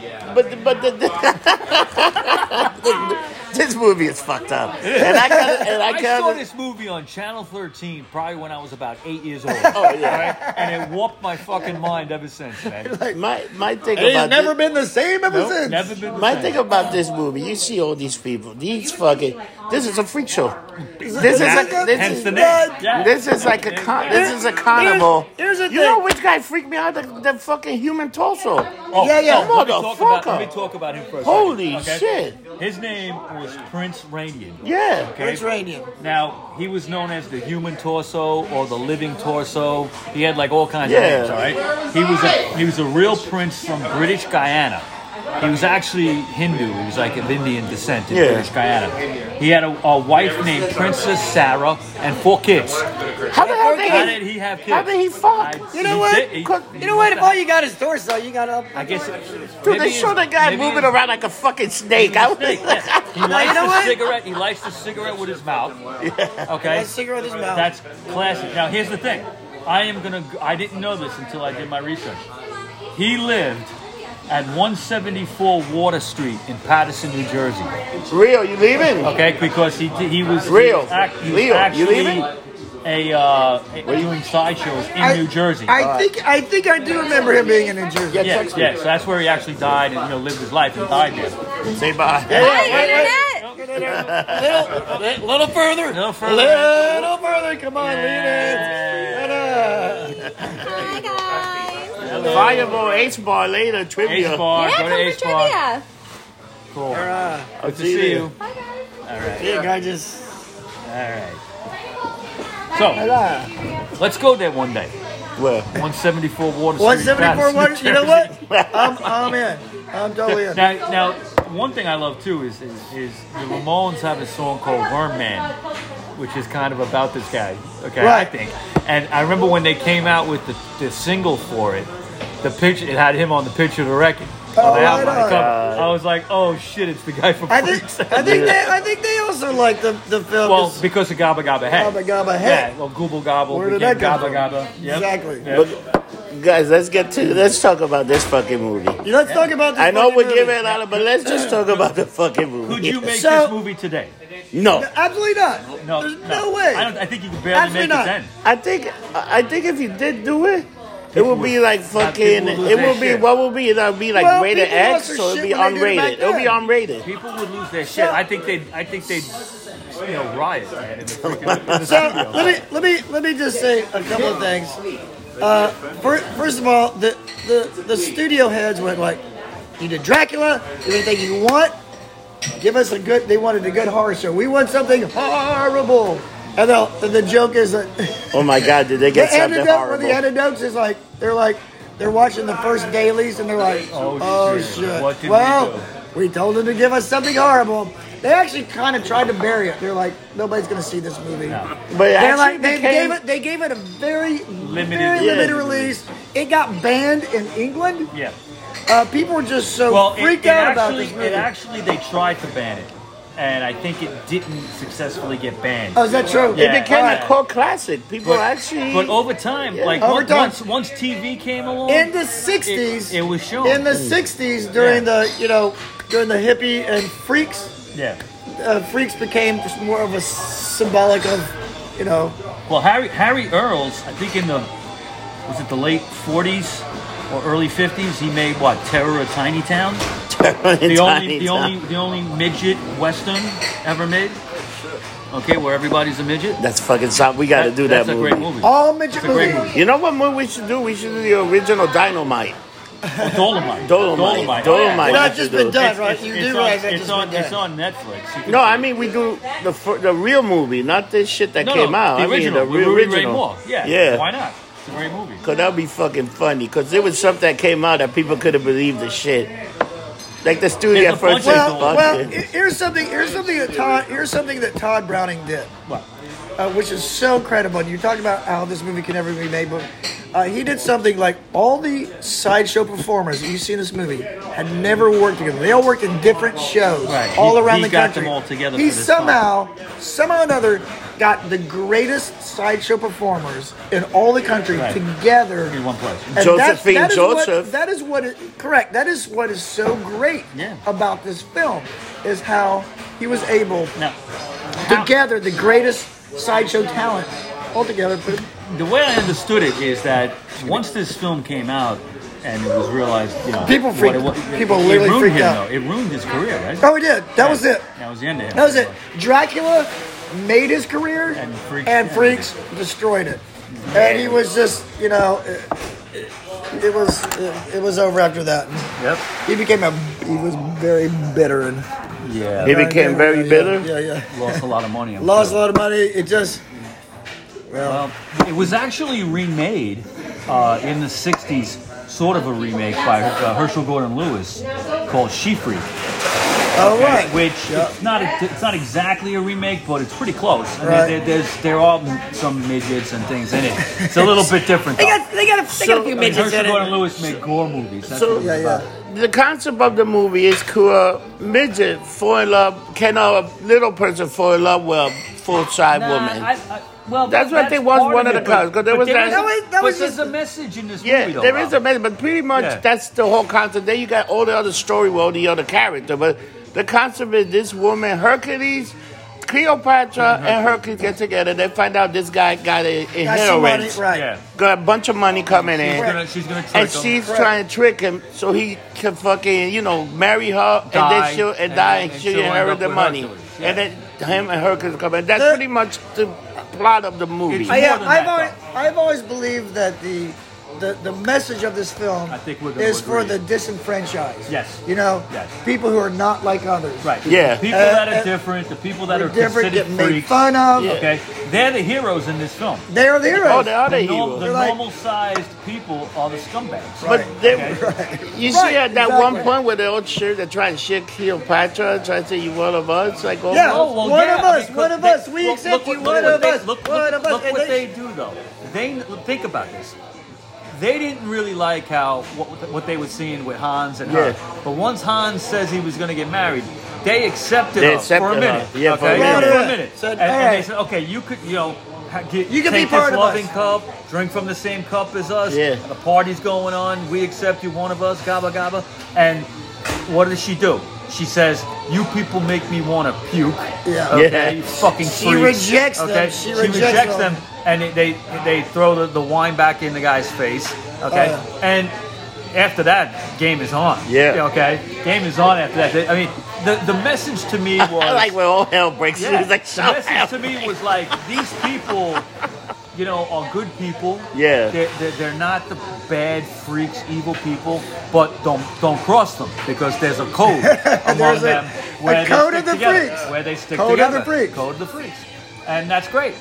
[SPEAKER 2] Yeah. But but the, this movie is fucked up, and I gotta, and I
[SPEAKER 1] I saw
[SPEAKER 2] gotta,
[SPEAKER 1] this movie on Channel 13 probably when I was about eight years old.
[SPEAKER 2] oh yeah.
[SPEAKER 1] And it warped my fucking mind ever since, man.
[SPEAKER 2] My my thing
[SPEAKER 3] It's
[SPEAKER 2] about
[SPEAKER 3] never
[SPEAKER 2] thi-
[SPEAKER 3] been the same ever since.
[SPEAKER 1] Never been the
[SPEAKER 2] my
[SPEAKER 1] same.
[SPEAKER 2] thing about this movie. You see all these people, these fucking This is a freak show. This is
[SPEAKER 3] That-
[SPEAKER 2] a, this
[SPEAKER 1] hence
[SPEAKER 2] is,
[SPEAKER 1] the name. Yeah.
[SPEAKER 2] this is like a con- this is a carnival.
[SPEAKER 3] here's the
[SPEAKER 2] you know
[SPEAKER 3] thing.
[SPEAKER 2] which guy freaked me out? The, the fucking human torso.
[SPEAKER 1] Oh,
[SPEAKER 3] Yeah, yeah.
[SPEAKER 1] oh, let me talk about- Let me
[SPEAKER 2] Motherfucker.
[SPEAKER 1] talk about him for a second.
[SPEAKER 2] Holy
[SPEAKER 1] okay?
[SPEAKER 2] shit!
[SPEAKER 1] His name was Prince Radian.
[SPEAKER 2] Yeah.
[SPEAKER 1] Okay.
[SPEAKER 3] It's raining.
[SPEAKER 1] Now he was known as the human torso or the living torso. He had like all kinds
[SPEAKER 2] Yeah.
[SPEAKER 1] of names. All right. He was a he was a real prince from British Guyana. He was actually Hindu. He was like of Indian descent in
[SPEAKER 2] Yeah.
[SPEAKER 1] British Guyana. He had a, a wife named Princess Sarah and four kids.
[SPEAKER 2] How the
[SPEAKER 1] How
[SPEAKER 2] hell did
[SPEAKER 1] did
[SPEAKER 2] he?
[SPEAKER 1] he have kids?
[SPEAKER 2] How did he fuck?
[SPEAKER 1] I-
[SPEAKER 3] You know
[SPEAKER 1] he
[SPEAKER 3] what?
[SPEAKER 1] did- he-
[SPEAKER 2] Cook-
[SPEAKER 3] You know what? If all you got is torso, you got up.
[SPEAKER 1] I guess.
[SPEAKER 2] Dude, they show the guy moving around like a fucking snake. I was
[SPEAKER 1] He
[SPEAKER 2] like,
[SPEAKER 1] lights
[SPEAKER 3] know
[SPEAKER 1] the
[SPEAKER 3] what?
[SPEAKER 1] cigarette. He lights the cigarette with his mouth. Okay.
[SPEAKER 3] A cigarette with his mouth.
[SPEAKER 1] That's classic. Now here's the thing. I am gonna. I didn't know this until I did my research. He lived at 174 Water Street in Patterson, New Jersey.
[SPEAKER 2] real, you leaving?
[SPEAKER 1] Okay, because he he was
[SPEAKER 2] Real.
[SPEAKER 1] He was, act, he was
[SPEAKER 2] Leo, you
[SPEAKER 1] actually
[SPEAKER 2] leaving?
[SPEAKER 1] a uh, doing sideshows in
[SPEAKER 3] I-
[SPEAKER 1] New Jersey.
[SPEAKER 3] I think I think I do remember him being in New Jersey.
[SPEAKER 1] yeah, yeah. So that's where he actually died and you know lived his life and died there.
[SPEAKER 2] Say bye.
[SPEAKER 5] Hi, internet.
[SPEAKER 3] little, little further.
[SPEAKER 1] No further.
[SPEAKER 3] Little further. Come on, lean in.
[SPEAKER 5] Hi, guys.
[SPEAKER 2] Fireball Ace Bar later
[SPEAKER 1] Ace
[SPEAKER 2] trivia.
[SPEAKER 1] bar.
[SPEAKER 5] Yeah,
[SPEAKER 1] go to
[SPEAKER 5] come
[SPEAKER 1] Ace
[SPEAKER 5] for
[SPEAKER 1] bar.
[SPEAKER 5] trivia.
[SPEAKER 1] Cool.
[SPEAKER 2] I'll
[SPEAKER 1] Good to see
[SPEAKER 2] there.
[SPEAKER 1] you.
[SPEAKER 5] Hi, guys.
[SPEAKER 3] Yeah, guy just.
[SPEAKER 1] All right. So let's go there one day.
[SPEAKER 2] Well,
[SPEAKER 1] 174 Water Street.
[SPEAKER 3] 174
[SPEAKER 1] Patterson,
[SPEAKER 3] water.
[SPEAKER 1] New
[SPEAKER 3] You know
[SPEAKER 1] Jersey.
[SPEAKER 3] what? I'm, I'm in. I'm totally in.
[SPEAKER 1] Now, now, one thing I love too is is, is the Ramones have a song called Worm Man, which is kind of about this guy. Okay, I
[SPEAKER 3] Right.
[SPEAKER 1] think. And I remember when they came out with the, the single for it, the picture it had him on the picture of the record.
[SPEAKER 3] Oh,
[SPEAKER 1] They had him on
[SPEAKER 3] right
[SPEAKER 1] the
[SPEAKER 3] on.
[SPEAKER 1] cover. I was like, oh shit, it's the guy from.
[SPEAKER 3] I think
[SPEAKER 1] Freaks.
[SPEAKER 3] I think they I think they also like the the film.
[SPEAKER 1] well,
[SPEAKER 3] is-
[SPEAKER 1] because of Gabba Gabba Head.
[SPEAKER 3] Gabba Gabba Head.
[SPEAKER 1] Yeah, well, Gooble Gobble
[SPEAKER 3] Where did
[SPEAKER 1] became
[SPEAKER 3] that come
[SPEAKER 1] Gabba Gabba.
[SPEAKER 3] from?
[SPEAKER 1] Yep.
[SPEAKER 3] Exactly.
[SPEAKER 1] Yep.
[SPEAKER 2] but guys, let's get to let's talk about this fucking movie.
[SPEAKER 3] Yeah, let's talk about. This
[SPEAKER 2] I know
[SPEAKER 3] fucking
[SPEAKER 2] we're
[SPEAKER 3] movie.
[SPEAKER 2] giving it out, but let's just talk about the fucking movie.
[SPEAKER 1] Could you make
[SPEAKER 3] So-
[SPEAKER 1] this movie today?
[SPEAKER 2] No,
[SPEAKER 3] Absolutely not.
[SPEAKER 1] No,
[SPEAKER 3] There's no, way.
[SPEAKER 1] I, don't, I think you could barely
[SPEAKER 3] Absolutely
[SPEAKER 1] make
[SPEAKER 3] not.
[SPEAKER 1] it then.
[SPEAKER 2] I think I think if you did do it. It would be like fucking.
[SPEAKER 1] people lose
[SPEAKER 2] It
[SPEAKER 1] their
[SPEAKER 2] would be
[SPEAKER 1] shit.
[SPEAKER 2] what would be? That would be like
[SPEAKER 3] Well,
[SPEAKER 2] rated
[SPEAKER 3] people lost
[SPEAKER 2] X,
[SPEAKER 3] their
[SPEAKER 2] so it'd
[SPEAKER 3] shit
[SPEAKER 2] be
[SPEAKER 3] when they did
[SPEAKER 2] unrated.
[SPEAKER 3] it back
[SPEAKER 2] It would be
[SPEAKER 3] then.
[SPEAKER 2] unrated.
[SPEAKER 1] People would lose their shit. I think they. I think they. You know, riot. Man, in the freaking, in the
[SPEAKER 3] So
[SPEAKER 1] studio.
[SPEAKER 3] let me let me let me just say a couple of things. Uh, first, first of all, the, the the studio heads went like, "You did Dracula, do anything you want. Give us a good." They wanted a good horror show. We want something horrible. And the and the joke is that
[SPEAKER 2] Oh my god, did they get
[SPEAKER 3] the
[SPEAKER 2] something
[SPEAKER 3] antidote one of the
[SPEAKER 2] horrible?
[SPEAKER 3] antidotes is like they're like they're watching the first dailies and they're like,
[SPEAKER 1] Oh,
[SPEAKER 3] "Oh,
[SPEAKER 1] shit.
[SPEAKER 3] shit.
[SPEAKER 1] What did we
[SPEAKER 3] well,
[SPEAKER 1] do?"
[SPEAKER 3] we told them to give us something horrible. They actually kind of tried to bury it. They're like, nobody's gonna see this movie.
[SPEAKER 2] But it
[SPEAKER 3] They're
[SPEAKER 2] actually
[SPEAKER 3] like, they
[SPEAKER 2] became-
[SPEAKER 3] gave it. They gave it a very
[SPEAKER 1] Limited-
[SPEAKER 3] limited, very
[SPEAKER 2] Yeah.
[SPEAKER 3] limited release. It got banned in England.
[SPEAKER 1] yeah.
[SPEAKER 3] Uh, people were just so
[SPEAKER 1] Well, it,
[SPEAKER 3] freaked
[SPEAKER 1] it
[SPEAKER 3] out about
[SPEAKER 1] actually,
[SPEAKER 3] this movie.
[SPEAKER 1] it actually, they tried to ban it, and I think it didn't successfully get banned.
[SPEAKER 3] oh, is that true?
[SPEAKER 1] Yeah.
[SPEAKER 2] It became
[SPEAKER 1] Alright.
[SPEAKER 2] a cult classic. People actually.
[SPEAKER 1] But over time, like
[SPEAKER 3] Over
[SPEAKER 1] on-
[SPEAKER 3] time.
[SPEAKER 1] once once TV came along,
[SPEAKER 3] in the '60s.
[SPEAKER 1] It- it was shown.
[SPEAKER 3] in the '60s during
[SPEAKER 1] Yeah.
[SPEAKER 3] the you know during the hippie and freaks.
[SPEAKER 1] yeah.
[SPEAKER 3] Uh, freaks became just more of a symbolic of you know
[SPEAKER 1] Well, Harry Harry Earls, I think in the was it the late '40s or early '50s, he made what Terror of Tiny Town. the only the only the only midget western ever made. Okay, where everybody's a midget.
[SPEAKER 2] That's fucking something. We got to do that
[SPEAKER 1] that's a
[SPEAKER 2] movie.
[SPEAKER 1] great movie.
[SPEAKER 3] all midget
[SPEAKER 1] It's a great
[SPEAKER 3] movies.
[SPEAKER 1] movie.
[SPEAKER 2] You know what movie we should do? We should do the original Dynamite.
[SPEAKER 1] Dolomite.
[SPEAKER 2] Dolomite.
[SPEAKER 1] Oh, yeah.
[SPEAKER 2] Dolomite.
[SPEAKER 3] Well, that's
[SPEAKER 2] we should
[SPEAKER 3] just been
[SPEAKER 2] do.
[SPEAKER 3] done.
[SPEAKER 1] It's,
[SPEAKER 3] right?
[SPEAKER 1] it's,
[SPEAKER 3] You
[SPEAKER 1] it's
[SPEAKER 3] do
[SPEAKER 1] on,
[SPEAKER 3] realize that
[SPEAKER 1] it's
[SPEAKER 3] just
[SPEAKER 1] on,
[SPEAKER 3] went
[SPEAKER 1] it's on Netflix. You can
[SPEAKER 2] No,
[SPEAKER 1] see
[SPEAKER 2] I
[SPEAKER 1] it.
[SPEAKER 2] mean we do the fir- the real movie, not this shit that
[SPEAKER 1] no,
[SPEAKER 2] came
[SPEAKER 1] no,
[SPEAKER 2] out.
[SPEAKER 1] The
[SPEAKER 2] I mean
[SPEAKER 1] original.
[SPEAKER 2] the
[SPEAKER 1] with Rudy Ray
[SPEAKER 2] original.
[SPEAKER 1] Moore. Yeah.
[SPEAKER 2] yeah.
[SPEAKER 1] Why not? It's a great movie.
[SPEAKER 2] Cause that'd be fucking funny. Cause there was something that came out that people couldn't believe the shit. Like the
[SPEAKER 1] There's
[SPEAKER 2] studio
[SPEAKER 1] a
[SPEAKER 2] at
[SPEAKER 1] bunch
[SPEAKER 2] first. said,
[SPEAKER 1] of Fuck
[SPEAKER 3] Well, well,
[SPEAKER 2] it.
[SPEAKER 3] he- here's something. Here's something that Todd. Here's something that Todd Browning did,
[SPEAKER 1] What?
[SPEAKER 3] uh, which is so credible. You talked about how this movie can never be made, but uh, he did something like all the sideshow performers that you see in this movie had never worked together. They all worked in different shows
[SPEAKER 1] Right.
[SPEAKER 3] all
[SPEAKER 1] He-
[SPEAKER 3] around
[SPEAKER 1] he
[SPEAKER 3] the
[SPEAKER 1] got
[SPEAKER 3] country.
[SPEAKER 1] them all together
[SPEAKER 3] He
[SPEAKER 1] for this
[SPEAKER 3] somehow, somehow or another, got the greatest sideshow performers in all the country
[SPEAKER 1] Right.
[SPEAKER 3] together
[SPEAKER 1] In one place.
[SPEAKER 3] and
[SPEAKER 2] Josephine
[SPEAKER 3] that is
[SPEAKER 2] Joseph.
[SPEAKER 3] What, that is what is correct. That is what is so great
[SPEAKER 1] Yeah.
[SPEAKER 3] about this film is how he was able
[SPEAKER 1] Now,
[SPEAKER 3] to gather the greatest sideshow talent all together. But
[SPEAKER 1] the way I understood it is that once this film came out, and it was realized, you know,
[SPEAKER 3] People
[SPEAKER 1] what
[SPEAKER 3] freaked-
[SPEAKER 1] it was-
[SPEAKER 3] people
[SPEAKER 1] it,
[SPEAKER 3] literally
[SPEAKER 1] it ruined
[SPEAKER 3] freaked
[SPEAKER 1] him,
[SPEAKER 3] out.
[SPEAKER 1] Though. It ruined his career, right?
[SPEAKER 3] Oh, he did. That was it.
[SPEAKER 1] That was the end of him.
[SPEAKER 3] That was it. Dracula made his career,
[SPEAKER 1] And
[SPEAKER 3] and,
[SPEAKER 1] Freaks-
[SPEAKER 3] Freaks destroyed it. And he was just, you know, it, it, it was it, it was over after that.
[SPEAKER 1] Yep.
[SPEAKER 3] He became a he was very bitter and
[SPEAKER 1] Yeah.
[SPEAKER 2] He became very bitter.
[SPEAKER 3] Yeah, yeah.
[SPEAKER 1] lost a lot of money. I'm
[SPEAKER 3] Lost a
[SPEAKER 1] sure.
[SPEAKER 3] lot of money. It just
[SPEAKER 1] Well, it was actually remade uh, in the '60s, sort of a remake by uh, Herschel Gordon Lewis called She Freak.
[SPEAKER 3] all Oh, right.
[SPEAKER 1] Which
[SPEAKER 3] Yeah.
[SPEAKER 1] it's not it's not exactly a remake, but it's pretty close. I mean,
[SPEAKER 3] Right.
[SPEAKER 1] there, there's there are some midgets and things in it. It's a little bit different.
[SPEAKER 6] They
[SPEAKER 1] though.
[SPEAKER 6] got, they got, a, they got a few
[SPEAKER 1] I mean,
[SPEAKER 6] midgets
[SPEAKER 1] Herschel
[SPEAKER 6] in
[SPEAKER 1] Gordon
[SPEAKER 6] it.
[SPEAKER 1] Lewis made gore movies. That's
[SPEAKER 2] so-
[SPEAKER 1] what it was
[SPEAKER 3] Yeah,
[SPEAKER 1] about.
[SPEAKER 3] yeah.
[SPEAKER 2] The concept of the movie is cool. a midget fall in love. Can a little person fall in love with a full-size
[SPEAKER 1] Nah,
[SPEAKER 2] woman?
[SPEAKER 1] I- I- well,
[SPEAKER 2] That's what I think was
[SPEAKER 1] part
[SPEAKER 2] one of
[SPEAKER 1] it,
[SPEAKER 2] the
[SPEAKER 1] but-
[SPEAKER 2] cons, 'cause there
[SPEAKER 1] but
[SPEAKER 2] was that-
[SPEAKER 1] is-
[SPEAKER 2] That
[SPEAKER 3] was-
[SPEAKER 1] but
[SPEAKER 3] that was
[SPEAKER 1] there's
[SPEAKER 3] just-
[SPEAKER 1] a message in this
[SPEAKER 2] yeah,
[SPEAKER 1] movie, though.
[SPEAKER 2] there is a
[SPEAKER 1] Rob.
[SPEAKER 2] message, but pretty much
[SPEAKER 1] Yeah.
[SPEAKER 2] that's the whole concept. Then you got all the other story with all the other character, but the concept is this woman Hercules. Cleopatra
[SPEAKER 1] Mm-hmm.
[SPEAKER 2] and Hercules get together. They find out this guy got a, a
[SPEAKER 3] Got some money,
[SPEAKER 2] heroin,
[SPEAKER 3] right.
[SPEAKER 1] Yeah.
[SPEAKER 2] got a bunch of money coming in.
[SPEAKER 1] She's gonna, she's gonna
[SPEAKER 2] and
[SPEAKER 1] trick him.
[SPEAKER 2] she's trying to trick him so he can fucking you know marry her and
[SPEAKER 1] Die,
[SPEAKER 2] then she'll and,
[SPEAKER 1] and-
[SPEAKER 2] die and,
[SPEAKER 1] and
[SPEAKER 2] she'll
[SPEAKER 1] she'll end
[SPEAKER 2] inherit
[SPEAKER 1] up
[SPEAKER 2] the
[SPEAKER 1] with
[SPEAKER 2] money
[SPEAKER 1] Hercules, yeah.
[SPEAKER 2] and then him and her can come in. That's
[SPEAKER 3] The-
[SPEAKER 2] pretty much the plot of the movie.
[SPEAKER 1] It's-
[SPEAKER 3] I
[SPEAKER 1] more
[SPEAKER 3] have,
[SPEAKER 1] than
[SPEAKER 3] uh, I've,
[SPEAKER 1] that,
[SPEAKER 3] always, I've always believed that the, the the message of this film
[SPEAKER 1] I think we're gonna
[SPEAKER 3] is for
[SPEAKER 1] agree.
[SPEAKER 3] the disenfranchised.
[SPEAKER 1] Yes.
[SPEAKER 3] You know,
[SPEAKER 1] Yes.
[SPEAKER 3] people who are not like others.
[SPEAKER 1] Right.
[SPEAKER 2] Yeah.
[SPEAKER 1] The people
[SPEAKER 3] Uh,
[SPEAKER 1] that
[SPEAKER 3] uh,
[SPEAKER 1] are different, the people that
[SPEAKER 3] they're
[SPEAKER 1] are
[SPEAKER 3] different,
[SPEAKER 1] considered
[SPEAKER 3] get made
[SPEAKER 1] freaks.
[SPEAKER 3] fun of.
[SPEAKER 1] Okay, they're the heroes in this film.
[SPEAKER 3] They are the heroes.
[SPEAKER 2] oh, the other
[SPEAKER 1] The,
[SPEAKER 2] hero.
[SPEAKER 1] norm- the
[SPEAKER 3] They're like-
[SPEAKER 1] normal-sized people are the scumbags.
[SPEAKER 2] but they, you
[SPEAKER 3] Right,
[SPEAKER 2] see at that
[SPEAKER 3] exactly.
[SPEAKER 2] one point where they all sure they're trying to shit Cleopatra, trying to say you one of us, like oh
[SPEAKER 3] Yeah.
[SPEAKER 1] Oh, well,
[SPEAKER 3] One
[SPEAKER 1] yeah,
[SPEAKER 3] of us,
[SPEAKER 1] because
[SPEAKER 3] one of
[SPEAKER 1] they-
[SPEAKER 3] us, we
[SPEAKER 1] look-
[SPEAKER 3] accept
[SPEAKER 1] look what-
[SPEAKER 3] you,
[SPEAKER 1] look
[SPEAKER 3] one
[SPEAKER 1] what
[SPEAKER 3] of
[SPEAKER 1] they-
[SPEAKER 3] us,
[SPEAKER 1] Look,
[SPEAKER 3] one
[SPEAKER 1] look-
[SPEAKER 3] of us,
[SPEAKER 1] look
[SPEAKER 3] and
[SPEAKER 1] what
[SPEAKER 3] they-
[SPEAKER 1] they do though. They think about this. They didn't really like how what, what they were seeing with Hans and her. But once Hans says he was going to get married, they accepted
[SPEAKER 2] They
[SPEAKER 1] her for a
[SPEAKER 2] accepted
[SPEAKER 1] minute.
[SPEAKER 2] her. Yeah, for
[SPEAKER 1] okay?
[SPEAKER 2] a
[SPEAKER 3] minute.
[SPEAKER 1] For a
[SPEAKER 3] Yeah.
[SPEAKER 1] minute.
[SPEAKER 3] Said,
[SPEAKER 1] and, and they
[SPEAKER 3] alright.
[SPEAKER 1] said, okay, you could, you know. ha- Get,
[SPEAKER 3] You can
[SPEAKER 1] take
[SPEAKER 3] be part
[SPEAKER 1] this
[SPEAKER 3] of us.
[SPEAKER 1] loving cup, drink from the same cup as us.
[SPEAKER 2] Yeah.
[SPEAKER 1] The party's going on. We accept you, one of us. Gaba gaba. And what does she do? She says, "You people make me want to puke."
[SPEAKER 3] Yeah.
[SPEAKER 1] Okay,
[SPEAKER 2] Yeah.
[SPEAKER 1] you fucking
[SPEAKER 3] She
[SPEAKER 1] freaks.
[SPEAKER 3] rejects them.
[SPEAKER 1] okay?
[SPEAKER 3] She rejects them.
[SPEAKER 1] and they they, they throw the, the wine back in the guy's face. Okay,
[SPEAKER 3] Oh,
[SPEAKER 1] and after that, game is on.
[SPEAKER 2] Yeah.
[SPEAKER 1] Okay, game is on after that. They- I mean, the the message to me was
[SPEAKER 2] I like when all hell breaks
[SPEAKER 1] yeah,
[SPEAKER 2] loose. Like
[SPEAKER 1] the
[SPEAKER 2] shut
[SPEAKER 1] message
[SPEAKER 2] up.
[SPEAKER 1] to me was like these people. You know, are good people.
[SPEAKER 2] Yeah.
[SPEAKER 1] they're, they're, they're not the bad freaks, evil people. But don't don't cross them because there's a code among
[SPEAKER 3] There's a-
[SPEAKER 1] them
[SPEAKER 3] a
[SPEAKER 1] where they
[SPEAKER 3] code
[SPEAKER 1] stick
[SPEAKER 3] of the
[SPEAKER 1] together,
[SPEAKER 3] freaks.
[SPEAKER 1] where they stick
[SPEAKER 3] Code of
[SPEAKER 1] together.
[SPEAKER 3] the freaks.
[SPEAKER 1] Code of the freaks, and that's great,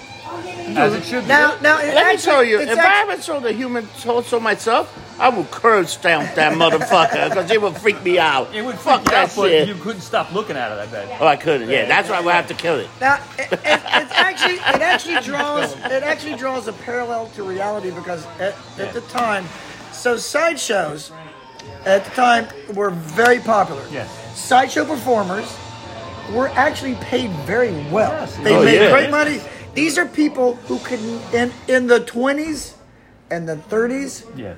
[SPEAKER 1] as it should be.
[SPEAKER 3] Now, now, it
[SPEAKER 2] Let me
[SPEAKER 3] actually-
[SPEAKER 2] tell you,
[SPEAKER 3] it's
[SPEAKER 2] if I
[SPEAKER 3] actually-
[SPEAKER 2] ever saw the human torso myself, I would curb stamp that motherfucker because it would freak me out.
[SPEAKER 1] it would
[SPEAKER 2] fuck
[SPEAKER 1] freak you
[SPEAKER 2] that
[SPEAKER 1] out, but
[SPEAKER 2] shit.
[SPEAKER 1] you couldn't stop looking at it. I bet.
[SPEAKER 2] Oh, I couldn't. Yeah, that's why we have to kill it.
[SPEAKER 3] Now, it, it, it's actually it actually draws it actually draws a parallel to reality because at, at the time, so sideshows at the time were very popular.
[SPEAKER 1] Yes.
[SPEAKER 3] Sideshow performers were actually paid very well.
[SPEAKER 1] Yes.
[SPEAKER 3] They
[SPEAKER 1] Oh,
[SPEAKER 3] made
[SPEAKER 2] yeah.
[SPEAKER 3] great money. These are people who could in in the twenties and the thirties
[SPEAKER 1] Yeah,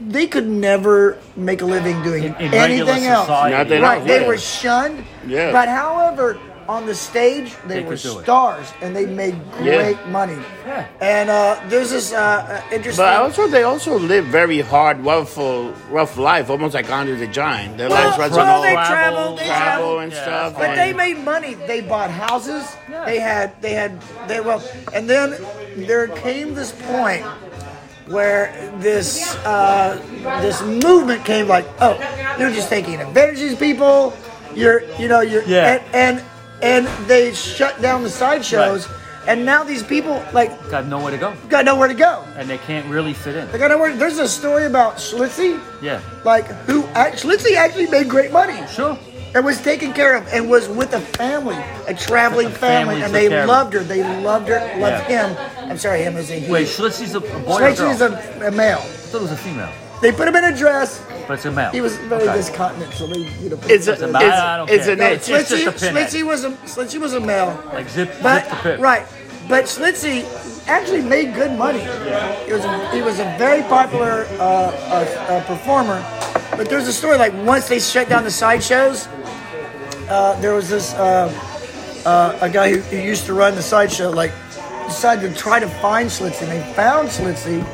[SPEAKER 3] they could never make a living doing
[SPEAKER 1] in, in regular
[SPEAKER 3] anything else.
[SPEAKER 1] society,
[SPEAKER 2] Not that-
[SPEAKER 3] Right, they
[SPEAKER 2] Yeah.
[SPEAKER 3] were shunned.
[SPEAKER 2] Yeah.
[SPEAKER 3] But however, on the stage they,
[SPEAKER 1] They could
[SPEAKER 3] were
[SPEAKER 1] do it.
[SPEAKER 3] stars and they made great money.
[SPEAKER 1] Yeah.
[SPEAKER 3] And uh, there's this uh, uh, interesting.
[SPEAKER 2] But also, they also live very hard, rough, uh, rough life, almost like Andre the Giant. Their
[SPEAKER 3] well,
[SPEAKER 2] lives runs
[SPEAKER 3] well, they
[SPEAKER 2] on
[SPEAKER 1] travel,
[SPEAKER 3] traveled. They
[SPEAKER 2] travel
[SPEAKER 3] traveled.
[SPEAKER 2] and
[SPEAKER 1] Yeah.
[SPEAKER 2] stuff.
[SPEAKER 3] But
[SPEAKER 2] and-
[SPEAKER 3] they made money. They bought houses.
[SPEAKER 1] Yeah.
[SPEAKER 3] They had. They had. They well. And then there came this point where this uh, this movement came. Like, oh, you're just taking advantage of these people. You're, you know, you're.
[SPEAKER 1] Yeah.
[SPEAKER 3] And and, and they shut down the sideshows, and now these people like
[SPEAKER 1] got nowhere to go,
[SPEAKER 3] got nowhere to go.
[SPEAKER 1] and they can't really fit in.
[SPEAKER 3] They got nowhere. There's a story about Schlitzie.
[SPEAKER 1] Yeah,
[SPEAKER 3] Like who? act- Schlitzie actually made great money
[SPEAKER 1] sure.
[SPEAKER 3] and was taken care of and was with a family, a traveling
[SPEAKER 1] A family
[SPEAKER 3] family, and
[SPEAKER 1] took
[SPEAKER 3] they
[SPEAKER 1] care of
[SPEAKER 3] loved her. They loved her, loved him. I'm sorry, him is a he.
[SPEAKER 1] Wait, Schlitzy's a, a boy or a
[SPEAKER 3] Rachel
[SPEAKER 1] girl?
[SPEAKER 3] is a, a male.
[SPEAKER 1] I thought it was a female,
[SPEAKER 3] They put him in a dress.
[SPEAKER 1] but it's a male.
[SPEAKER 3] He was very
[SPEAKER 1] Okay.
[SPEAKER 3] discontinent, so they, you know.
[SPEAKER 2] It's, a,
[SPEAKER 3] put him in
[SPEAKER 1] matter.
[SPEAKER 2] it's-
[SPEAKER 1] I don't
[SPEAKER 2] it's
[SPEAKER 1] care.
[SPEAKER 2] an
[SPEAKER 3] No,
[SPEAKER 1] it's just
[SPEAKER 3] Schlitzie,
[SPEAKER 1] a pinhead.
[SPEAKER 3] Schlitzie was a Schlitzie was a male,
[SPEAKER 1] Like zip,
[SPEAKER 3] but
[SPEAKER 1] zip the pit.
[SPEAKER 3] right, but Schlitzie actually made good money. He was a, he was a very popular uh, uh, uh, performer. But there's a story like once they shut down the sideshows, uh, there was this. Uh, a guy who, who used to run the sideshow, like, decided to try to find Schlitzie. And they found Schlitzie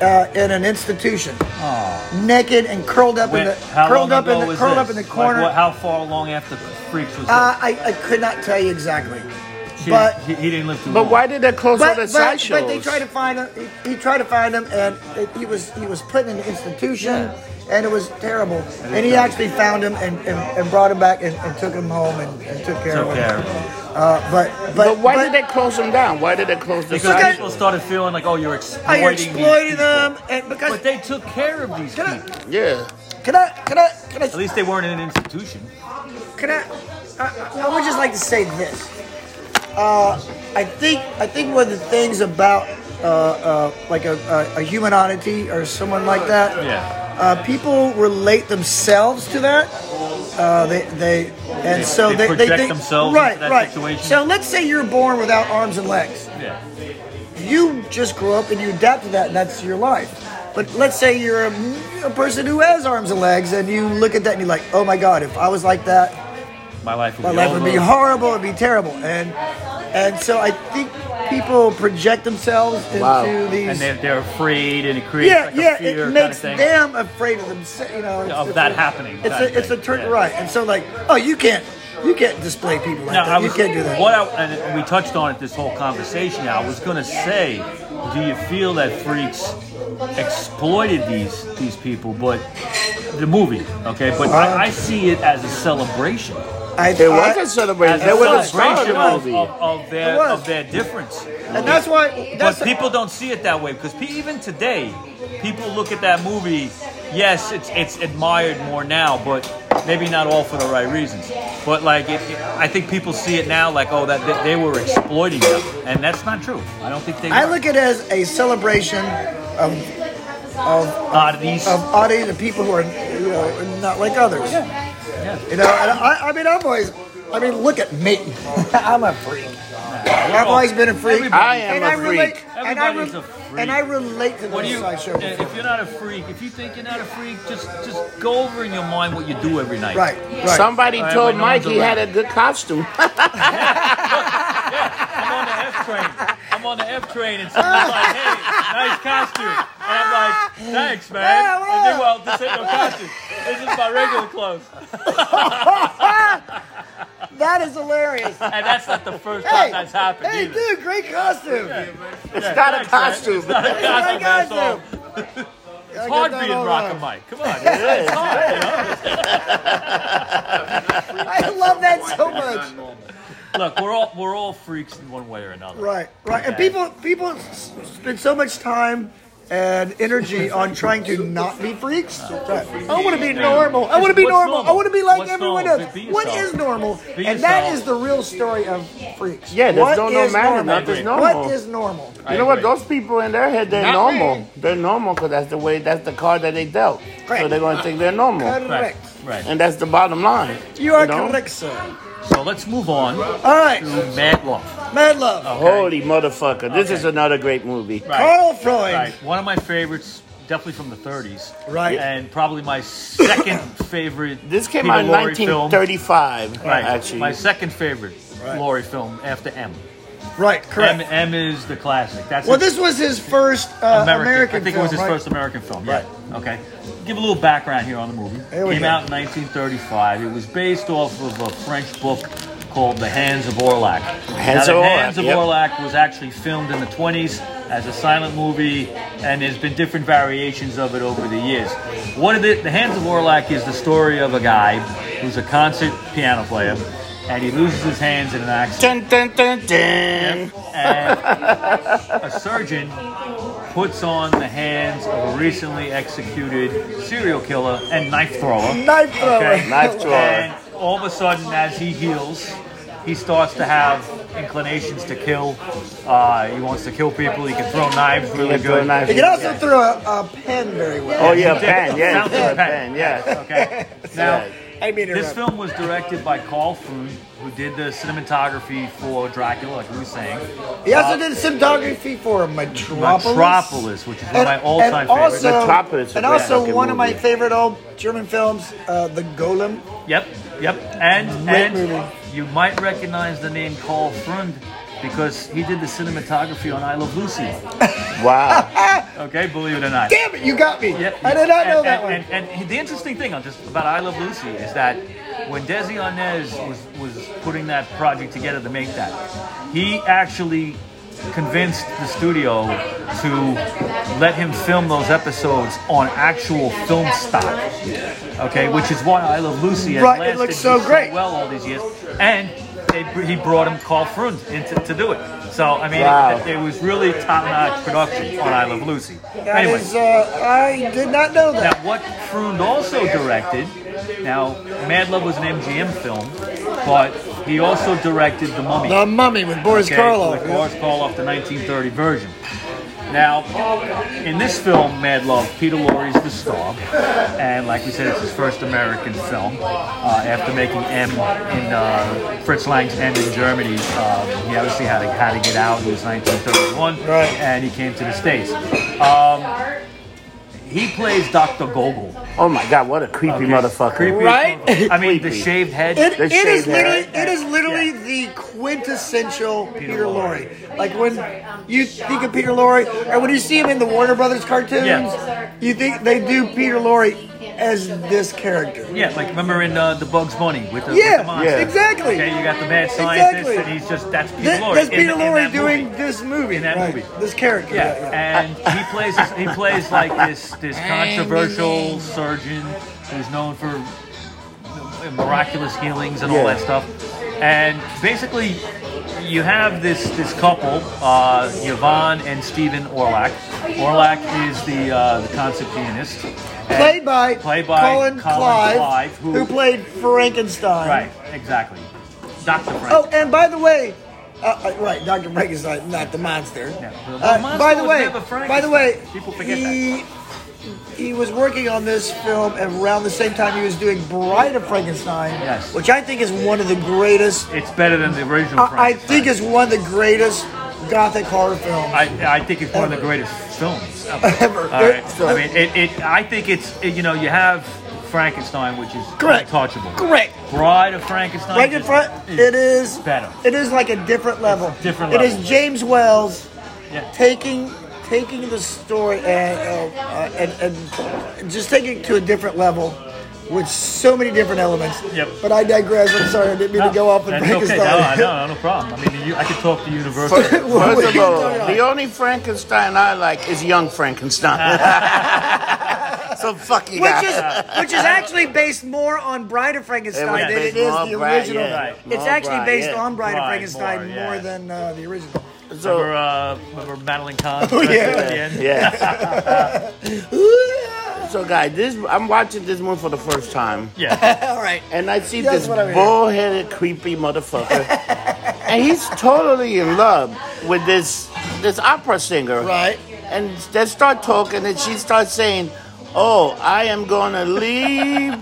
[SPEAKER 3] uh, in an institution, naked and curled up
[SPEAKER 1] When-
[SPEAKER 3] in the
[SPEAKER 1] how
[SPEAKER 3] curled
[SPEAKER 1] long
[SPEAKER 3] up in
[SPEAKER 1] ago
[SPEAKER 3] the
[SPEAKER 1] was
[SPEAKER 3] curled
[SPEAKER 1] this?
[SPEAKER 3] up in the
[SPEAKER 1] Like,
[SPEAKER 3] corner.
[SPEAKER 1] what- how far long after Freaks was?
[SPEAKER 3] uh, I, I could not tell you exactly,
[SPEAKER 1] this? He-
[SPEAKER 3] but
[SPEAKER 1] he, he didn't live too
[SPEAKER 2] But
[SPEAKER 1] long.
[SPEAKER 2] why did they close all
[SPEAKER 3] but,
[SPEAKER 2] the
[SPEAKER 3] but,
[SPEAKER 2] side shows?
[SPEAKER 3] but they tried to find him. He, he tried to find him, and it, he was he was put in an institution, and it was terrible. And he actually found him and, and, and brought him back and, and took him home and, and took care
[SPEAKER 1] Took
[SPEAKER 3] of
[SPEAKER 1] care
[SPEAKER 3] him.
[SPEAKER 1] of him.
[SPEAKER 3] Uh, but, but
[SPEAKER 2] but why
[SPEAKER 3] but-
[SPEAKER 2] did they close them down? Why did they close the
[SPEAKER 1] Because
[SPEAKER 2] side
[SPEAKER 3] Because-
[SPEAKER 1] people started feeling like, oh, you're exploiting,
[SPEAKER 3] Oh, you're
[SPEAKER 1] these
[SPEAKER 3] exploiting
[SPEAKER 1] people.
[SPEAKER 3] them, and because
[SPEAKER 1] But they took care of these
[SPEAKER 3] Can I-
[SPEAKER 1] people.
[SPEAKER 2] shows? Yeah.
[SPEAKER 3] can I can I can I
[SPEAKER 1] At least they weren't in an institution.
[SPEAKER 3] Can I, I? I would just like to say this. Uh, I think I think one of the things about uh, uh, like a, a, a human oddity or someone like that,
[SPEAKER 1] Yeah.
[SPEAKER 3] uh, people relate themselves to that. Uh, they they
[SPEAKER 1] They-
[SPEAKER 3] and so
[SPEAKER 1] they
[SPEAKER 3] they,
[SPEAKER 1] project
[SPEAKER 3] think
[SPEAKER 1] themselves
[SPEAKER 3] right
[SPEAKER 1] into that
[SPEAKER 3] right.
[SPEAKER 1] situation.
[SPEAKER 3] So let's say you're born without arms and legs.
[SPEAKER 1] Yeah.
[SPEAKER 3] You just grow up and you adapt to that, and that's your life. But let's say you're a, a person who has arms and legs, and you look at that and you're like, oh my god, if I was like that,
[SPEAKER 1] My life would
[SPEAKER 3] my
[SPEAKER 1] be
[SPEAKER 3] life
[SPEAKER 1] over.
[SPEAKER 3] would be horrible. It'd be terrible. And and so I think people project themselves into
[SPEAKER 2] Wow.
[SPEAKER 3] these.
[SPEAKER 1] And they're, they're afraid, and it creates
[SPEAKER 3] yeah,
[SPEAKER 1] like a
[SPEAKER 3] yeah.
[SPEAKER 1] fear
[SPEAKER 3] It
[SPEAKER 1] kind
[SPEAKER 3] makes
[SPEAKER 1] of thing.
[SPEAKER 3] them afraid of themselves. You know, it's-
[SPEAKER 1] Of
[SPEAKER 3] it's
[SPEAKER 1] that
[SPEAKER 3] a-
[SPEAKER 1] happening,
[SPEAKER 3] It's
[SPEAKER 1] kind of
[SPEAKER 3] a it's a
[SPEAKER 1] thing,
[SPEAKER 3] turn
[SPEAKER 1] yeah.
[SPEAKER 3] right. And so like, oh, you can't you can't display people like
[SPEAKER 1] Now, I
[SPEAKER 3] that.
[SPEAKER 1] was,
[SPEAKER 3] you can't do that.
[SPEAKER 1] What I, and we touched on it this whole conversation. Now, I was going to say, do you feel that freaks exploited these these people? But the movie, okay. But I, I see it as a celebration,
[SPEAKER 3] I,
[SPEAKER 2] It was
[SPEAKER 3] I-
[SPEAKER 2] a uh, celebration.
[SPEAKER 1] as
[SPEAKER 2] They
[SPEAKER 1] a
[SPEAKER 2] were the star of
[SPEAKER 1] celebration
[SPEAKER 2] the
[SPEAKER 1] of,
[SPEAKER 2] movie.
[SPEAKER 1] of, of
[SPEAKER 3] It
[SPEAKER 1] their
[SPEAKER 3] was.
[SPEAKER 1] of their difference.
[SPEAKER 3] and that's why. That's
[SPEAKER 1] but people don't see it that way because pe- even today, people look at that movie. Yes, it's it's admired more now, but maybe not all for the right reasons. But like, it, it- I think people see it now like, oh, that that they were exploiting them, and that's not true. I don't think they.
[SPEAKER 3] I
[SPEAKER 1] were.
[SPEAKER 3] look at it as a celebration of of
[SPEAKER 1] oddities.
[SPEAKER 3] of audience the people who are you know not like others.
[SPEAKER 1] yeah.
[SPEAKER 3] You know, and I, I mean, I've always, I mean, look at me. I'm a freak. I've always been a freak.
[SPEAKER 1] Everybody-
[SPEAKER 2] I am
[SPEAKER 3] and
[SPEAKER 2] a
[SPEAKER 3] I relate,
[SPEAKER 2] freak.
[SPEAKER 3] And I,
[SPEAKER 1] Everybody's
[SPEAKER 3] re-
[SPEAKER 1] a freak.
[SPEAKER 3] and I relate to
[SPEAKER 1] What do
[SPEAKER 3] those
[SPEAKER 1] you?
[SPEAKER 3] sideshow.
[SPEAKER 1] If you're not a freak, if you think you're not a freak, just just go over in your mind what you do every night.
[SPEAKER 3] Right, right.
[SPEAKER 2] Somebody
[SPEAKER 1] Alright,
[SPEAKER 2] told
[SPEAKER 1] wait, no
[SPEAKER 2] Mike
[SPEAKER 1] one's
[SPEAKER 2] he
[SPEAKER 1] allowed.
[SPEAKER 2] had a good costume.
[SPEAKER 1] I'm on the F train. I'm on the F train, and someone's like, "Hey, nice costume." And I'm like, "Thanks, man." And they, well, this ain't no costume. This is my regular clothes.
[SPEAKER 3] that is hilarious.
[SPEAKER 1] And that's not the first time
[SPEAKER 3] Hey,
[SPEAKER 1] that's happened
[SPEAKER 3] hey,
[SPEAKER 1] either.
[SPEAKER 3] dude, great costume.
[SPEAKER 2] It's not a
[SPEAKER 1] thanks, man.
[SPEAKER 2] costume.
[SPEAKER 1] Not a costume,
[SPEAKER 3] Great costume.
[SPEAKER 1] asshole.
[SPEAKER 3] It's
[SPEAKER 1] Hard being rock and Mike. Come on, it's hard. You know?
[SPEAKER 3] I love that so much.
[SPEAKER 1] Look, we're all we're all freaks in one way or another.
[SPEAKER 3] Right, right. And
[SPEAKER 1] Okay.
[SPEAKER 3] people, people s- spend so much time and energy on trying to not be freaks. Right. I want to be normal. I want to be
[SPEAKER 1] What's
[SPEAKER 3] normal. I
[SPEAKER 1] normal?
[SPEAKER 3] want to be like
[SPEAKER 1] What's
[SPEAKER 3] everyone
[SPEAKER 1] normal?
[SPEAKER 3] else.
[SPEAKER 1] Be- be
[SPEAKER 3] what
[SPEAKER 1] yourself.
[SPEAKER 3] is normal?
[SPEAKER 1] Be
[SPEAKER 3] and that
[SPEAKER 1] yourself.
[SPEAKER 3] is the real story of freaks.
[SPEAKER 2] Yeah, there's
[SPEAKER 3] What
[SPEAKER 2] no- no
[SPEAKER 3] is
[SPEAKER 2] matter,
[SPEAKER 3] normal?
[SPEAKER 2] nothing's normal.
[SPEAKER 3] What is normal?
[SPEAKER 1] I
[SPEAKER 2] You know what?
[SPEAKER 1] agree.
[SPEAKER 2] Those people in their head, they're
[SPEAKER 3] Not me.
[SPEAKER 2] normal. They're normal because that's the way, that's the card that they dealt. So
[SPEAKER 3] Correct.
[SPEAKER 2] they're going to think they're normal.
[SPEAKER 1] Right.
[SPEAKER 3] Correct.
[SPEAKER 1] Right.
[SPEAKER 2] And that's the bottom line.
[SPEAKER 3] You are
[SPEAKER 2] know?
[SPEAKER 3] correct, sir.
[SPEAKER 1] So let's move on to
[SPEAKER 3] All right,
[SPEAKER 1] Mad Love.
[SPEAKER 3] mad love.
[SPEAKER 1] Oh,
[SPEAKER 2] Holy motherfucker. This is another great movie.
[SPEAKER 3] Carl Freud.
[SPEAKER 1] Right. One of my favorites, definitely from the 30s.
[SPEAKER 3] Right.
[SPEAKER 1] And probably my second favorite.
[SPEAKER 2] This came
[SPEAKER 1] Peter
[SPEAKER 2] out in
[SPEAKER 1] Lorre film.
[SPEAKER 2] 1935,
[SPEAKER 1] Right.
[SPEAKER 2] actually.
[SPEAKER 1] My second favorite
[SPEAKER 3] Right.
[SPEAKER 1] Laurie film after M.
[SPEAKER 3] Right, correct.
[SPEAKER 1] M. M is the classic. That's
[SPEAKER 3] well,
[SPEAKER 1] his
[SPEAKER 3] this was his first uh,
[SPEAKER 1] I
[SPEAKER 3] American,
[SPEAKER 1] think
[SPEAKER 3] film,
[SPEAKER 1] it was his
[SPEAKER 3] right?
[SPEAKER 1] first American film. yeah. Okay. Give a little background here on the movie.
[SPEAKER 3] Here we
[SPEAKER 1] Came
[SPEAKER 3] go.
[SPEAKER 1] out in 1935. It was based off of a French book called The Hands of Orlac. now,
[SPEAKER 2] Hands of
[SPEAKER 1] The
[SPEAKER 2] Orlac,
[SPEAKER 1] Hands of
[SPEAKER 2] yep.
[SPEAKER 1] Orlac was actually filmed in the 20s as a silent movie, and there's been different variations of it over the years. One of the, the Hands of Orlac is the story of a guy who's a concert piano player, and he loses his hands in an accident
[SPEAKER 2] Dun, dun, dun, dun.
[SPEAKER 1] and a surgeon puts on the hands of a recently executed serial killer and knife thrower.
[SPEAKER 3] Knife thrower.
[SPEAKER 1] Okay.
[SPEAKER 2] Knife drawer.
[SPEAKER 1] And all of a sudden, as he heals, he starts to have inclinations to kill. Uh, he wants to kill people. He can throw knives really
[SPEAKER 2] Get to a
[SPEAKER 1] good.
[SPEAKER 2] knife.
[SPEAKER 3] He could also throw a, a pen very well.
[SPEAKER 2] Oh, yeah,
[SPEAKER 1] Yeah.
[SPEAKER 2] pen. Yeah,
[SPEAKER 1] Sounds like
[SPEAKER 2] yeah,
[SPEAKER 1] a pen.
[SPEAKER 2] pen. Yeah.
[SPEAKER 1] Okay. Now,
[SPEAKER 3] I mean,
[SPEAKER 1] Oh, This film was directed by Carl Foon, who did the cinematography for Dracula, like we were saying.
[SPEAKER 3] He also did cinematography for Metropolis.
[SPEAKER 1] Metropolis, which is one of my all-time
[SPEAKER 3] and also,
[SPEAKER 1] favorites.
[SPEAKER 2] Metropolis is
[SPEAKER 3] And
[SPEAKER 2] a
[SPEAKER 3] also
[SPEAKER 2] fucking
[SPEAKER 3] one of my
[SPEAKER 2] movie.
[SPEAKER 3] favorite old German films, uh, The Golem.
[SPEAKER 1] Yep, yep. And
[SPEAKER 3] Great
[SPEAKER 1] and
[SPEAKER 3] movie.
[SPEAKER 1] you might recognize the name Carl Freund because he did the cinematography on I Love Lucy.
[SPEAKER 2] Wow.
[SPEAKER 1] Okay, believe it or not.
[SPEAKER 3] Ah, Damn it, you got me.
[SPEAKER 1] Yeah,
[SPEAKER 3] I did not
[SPEAKER 1] and-
[SPEAKER 3] know
[SPEAKER 1] and-
[SPEAKER 3] that one.
[SPEAKER 1] And, and the interesting thing on just about I Love Lucy is that when Desi Arnaz was was putting that project together to make that, he actually convinced the studio to let him film those episodes on actual film stock. Okay, which is why I Love Lucy has
[SPEAKER 3] Right, it
[SPEAKER 1] lasted
[SPEAKER 3] looks so great.
[SPEAKER 1] well all these years, and. They, he brought him Carl Frund in to, to do it. So, I mean,
[SPEAKER 2] Wow.
[SPEAKER 1] it, it was really top notch production on I Love Lucy.
[SPEAKER 3] That
[SPEAKER 1] anyway,
[SPEAKER 3] is, uh, I did not know
[SPEAKER 1] now,
[SPEAKER 3] that.
[SPEAKER 1] what Frund also directed, now, Mad Love was an MGM film, but he also directed The Mummy.
[SPEAKER 3] The Mummy with Boris
[SPEAKER 1] okay,
[SPEAKER 3] Karloff.
[SPEAKER 1] With Boris Karloff, the 1930 version. Now, in this film, Mad Love, Peter Lorre's the star, and like we said, it's his first American film uh, after making M in uh, Fritz Lang's End in Germany. Um, he obviously had to, had to get out. It was 1931,
[SPEAKER 3] Right.
[SPEAKER 1] and he came to the states. Um, he plays Dr. Gogol.
[SPEAKER 2] Oh my God, what a creepy
[SPEAKER 1] Okay.
[SPEAKER 2] motherfucker.
[SPEAKER 1] Creepy.
[SPEAKER 3] Right?
[SPEAKER 1] I mean, the
[SPEAKER 2] Creepy.
[SPEAKER 1] shaved head.
[SPEAKER 3] It,
[SPEAKER 2] They
[SPEAKER 3] it is
[SPEAKER 2] shaved their
[SPEAKER 3] literally
[SPEAKER 2] head.
[SPEAKER 3] it is literally the quintessential Peter, Lorre. Like when you think of Peter Lorre, or when you see him in the Warner Brothers cartoons,
[SPEAKER 1] Yeah.
[SPEAKER 3] you think they do Peter Lorre as this character.
[SPEAKER 1] yeah, like remember in uh, the Bugs Bunny with the, with
[SPEAKER 3] Yeah,
[SPEAKER 1] the monster.
[SPEAKER 2] yeah.
[SPEAKER 3] exactly.
[SPEAKER 1] Okay, you got the mad scientist,
[SPEAKER 3] Exactly.
[SPEAKER 1] and he's just that's Peter
[SPEAKER 3] Th-
[SPEAKER 1] Lorre.
[SPEAKER 3] that's
[SPEAKER 1] in
[SPEAKER 3] Peter
[SPEAKER 1] the- in
[SPEAKER 3] Lorre
[SPEAKER 1] that movie.
[SPEAKER 3] doing this movie.
[SPEAKER 1] In that
[SPEAKER 3] right,
[SPEAKER 1] movie.
[SPEAKER 3] This character.
[SPEAKER 1] Yeah,
[SPEAKER 3] yeah.
[SPEAKER 1] and he plays he plays like this this controversial surgeon who's known for miraculous healings and all
[SPEAKER 2] Yeah.
[SPEAKER 1] that stuff. And basically, you have this this couple, uh, Yvonne and Stephen Orlak. Orlak is the uh, the concert pianist. And-
[SPEAKER 3] Played by,
[SPEAKER 1] played by
[SPEAKER 3] Colin, Clive,
[SPEAKER 1] who,
[SPEAKER 3] who, played Frankenstein.
[SPEAKER 1] right exactly, Doctor Frank.
[SPEAKER 3] Oh, and by the way, uh, uh, right, Dr. Frankenstein, not the monster.
[SPEAKER 1] Yeah, the
[SPEAKER 3] Uh,
[SPEAKER 1] monster
[SPEAKER 3] by the
[SPEAKER 1] was
[SPEAKER 3] way,
[SPEAKER 1] never
[SPEAKER 3] by the
[SPEAKER 1] Frankenstein.
[SPEAKER 3] way,
[SPEAKER 1] People forget
[SPEAKER 3] he, he was working on this film around the same time he was doing Bride of Frankenstein,
[SPEAKER 1] Yes.
[SPEAKER 3] which I think is one of the greatest.
[SPEAKER 1] It's better than the original.
[SPEAKER 3] I, I
[SPEAKER 1] Frankenstein.
[SPEAKER 3] think is one of the greatest gothic horror films
[SPEAKER 1] I, I think it's one of the greatest films ever.
[SPEAKER 3] ever.
[SPEAKER 1] All right. I mean, it, it. I think it's it, you know you have Frankenstein, which is
[SPEAKER 3] Correct.
[SPEAKER 1] untouchable.
[SPEAKER 3] Correct.
[SPEAKER 1] Bride of Frankenstein.
[SPEAKER 3] Right in
[SPEAKER 1] just
[SPEAKER 3] front, it is
[SPEAKER 1] better.
[SPEAKER 3] It is like a different level.
[SPEAKER 1] It's a different
[SPEAKER 3] It
[SPEAKER 1] level.
[SPEAKER 3] is James Wells
[SPEAKER 1] Yeah.
[SPEAKER 3] taking taking the story and, uh, uh, and and just taking it to a different level with so many different elements.
[SPEAKER 1] Yep.
[SPEAKER 3] But I digress. I'm sorry, I didn't mean to go off and
[SPEAKER 1] That's
[SPEAKER 3] break
[SPEAKER 1] okay.
[SPEAKER 3] us down.
[SPEAKER 1] No, no, no, no problem. I mean, you, I could talk to Universal.
[SPEAKER 2] First of all,
[SPEAKER 3] What are you talking
[SPEAKER 2] the only Frankenstein I like is young Frankenstein. so fuck you
[SPEAKER 3] Which
[SPEAKER 2] guys.
[SPEAKER 3] is which is actually based more on Bride of
[SPEAKER 2] It was
[SPEAKER 3] Frankenstein than
[SPEAKER 2] based
[SPEAKER 3] it is
[SPEAKER 2] more on
[SPEAKER 3] the
[SPEAKER 2] Bride,
[SPEAKER 3] original.
[SPEAKER 2] yeah.
[SPEAKER 1] Right.
[SPEAKER 3] It's
[SPEAKER 2] More
[SPEAKER 3] actually
[SPEAKER 2] Bride,
[SPEAKER 3] based
[SPEAKER 2] yeah.
[SPEAKER 3] on Bride of
[SPEAKER 1] Bride,
[SPEAKER 3] Frankenstein
[SPEAKER 1] more,
[SPEAKER 3] more,
[SPEAKER 1] yeah.
[SPEAKER 3] than uh, the original.
[SPEAKER 1] remember,
[SPEAKER 2] so,
[SPEAKER 1] uh, remember Madeline Kahn?
[SPEAKER 3] Oh, yeah.
[SPEAKER 1] At the end?
[SPEAKER 2] yeah. So, guys, this I'm watching this movie for the first time,
[SPEAKER 1] Yeah.
[SPEAKER 3] All right.
[SPEAKER 2] and I see
[SPEAKER 3] Yes,
[SPEAKER 2] this
[SPEAKER 3] what I mean.
[SPEAKER 2] bull-headed, creepy motherfucker, and he's totally in love with this this opera singer.
[SPEAKER 3] Right.
[SPEAKER 2] and they start talking and she starts saying oh i am going to leave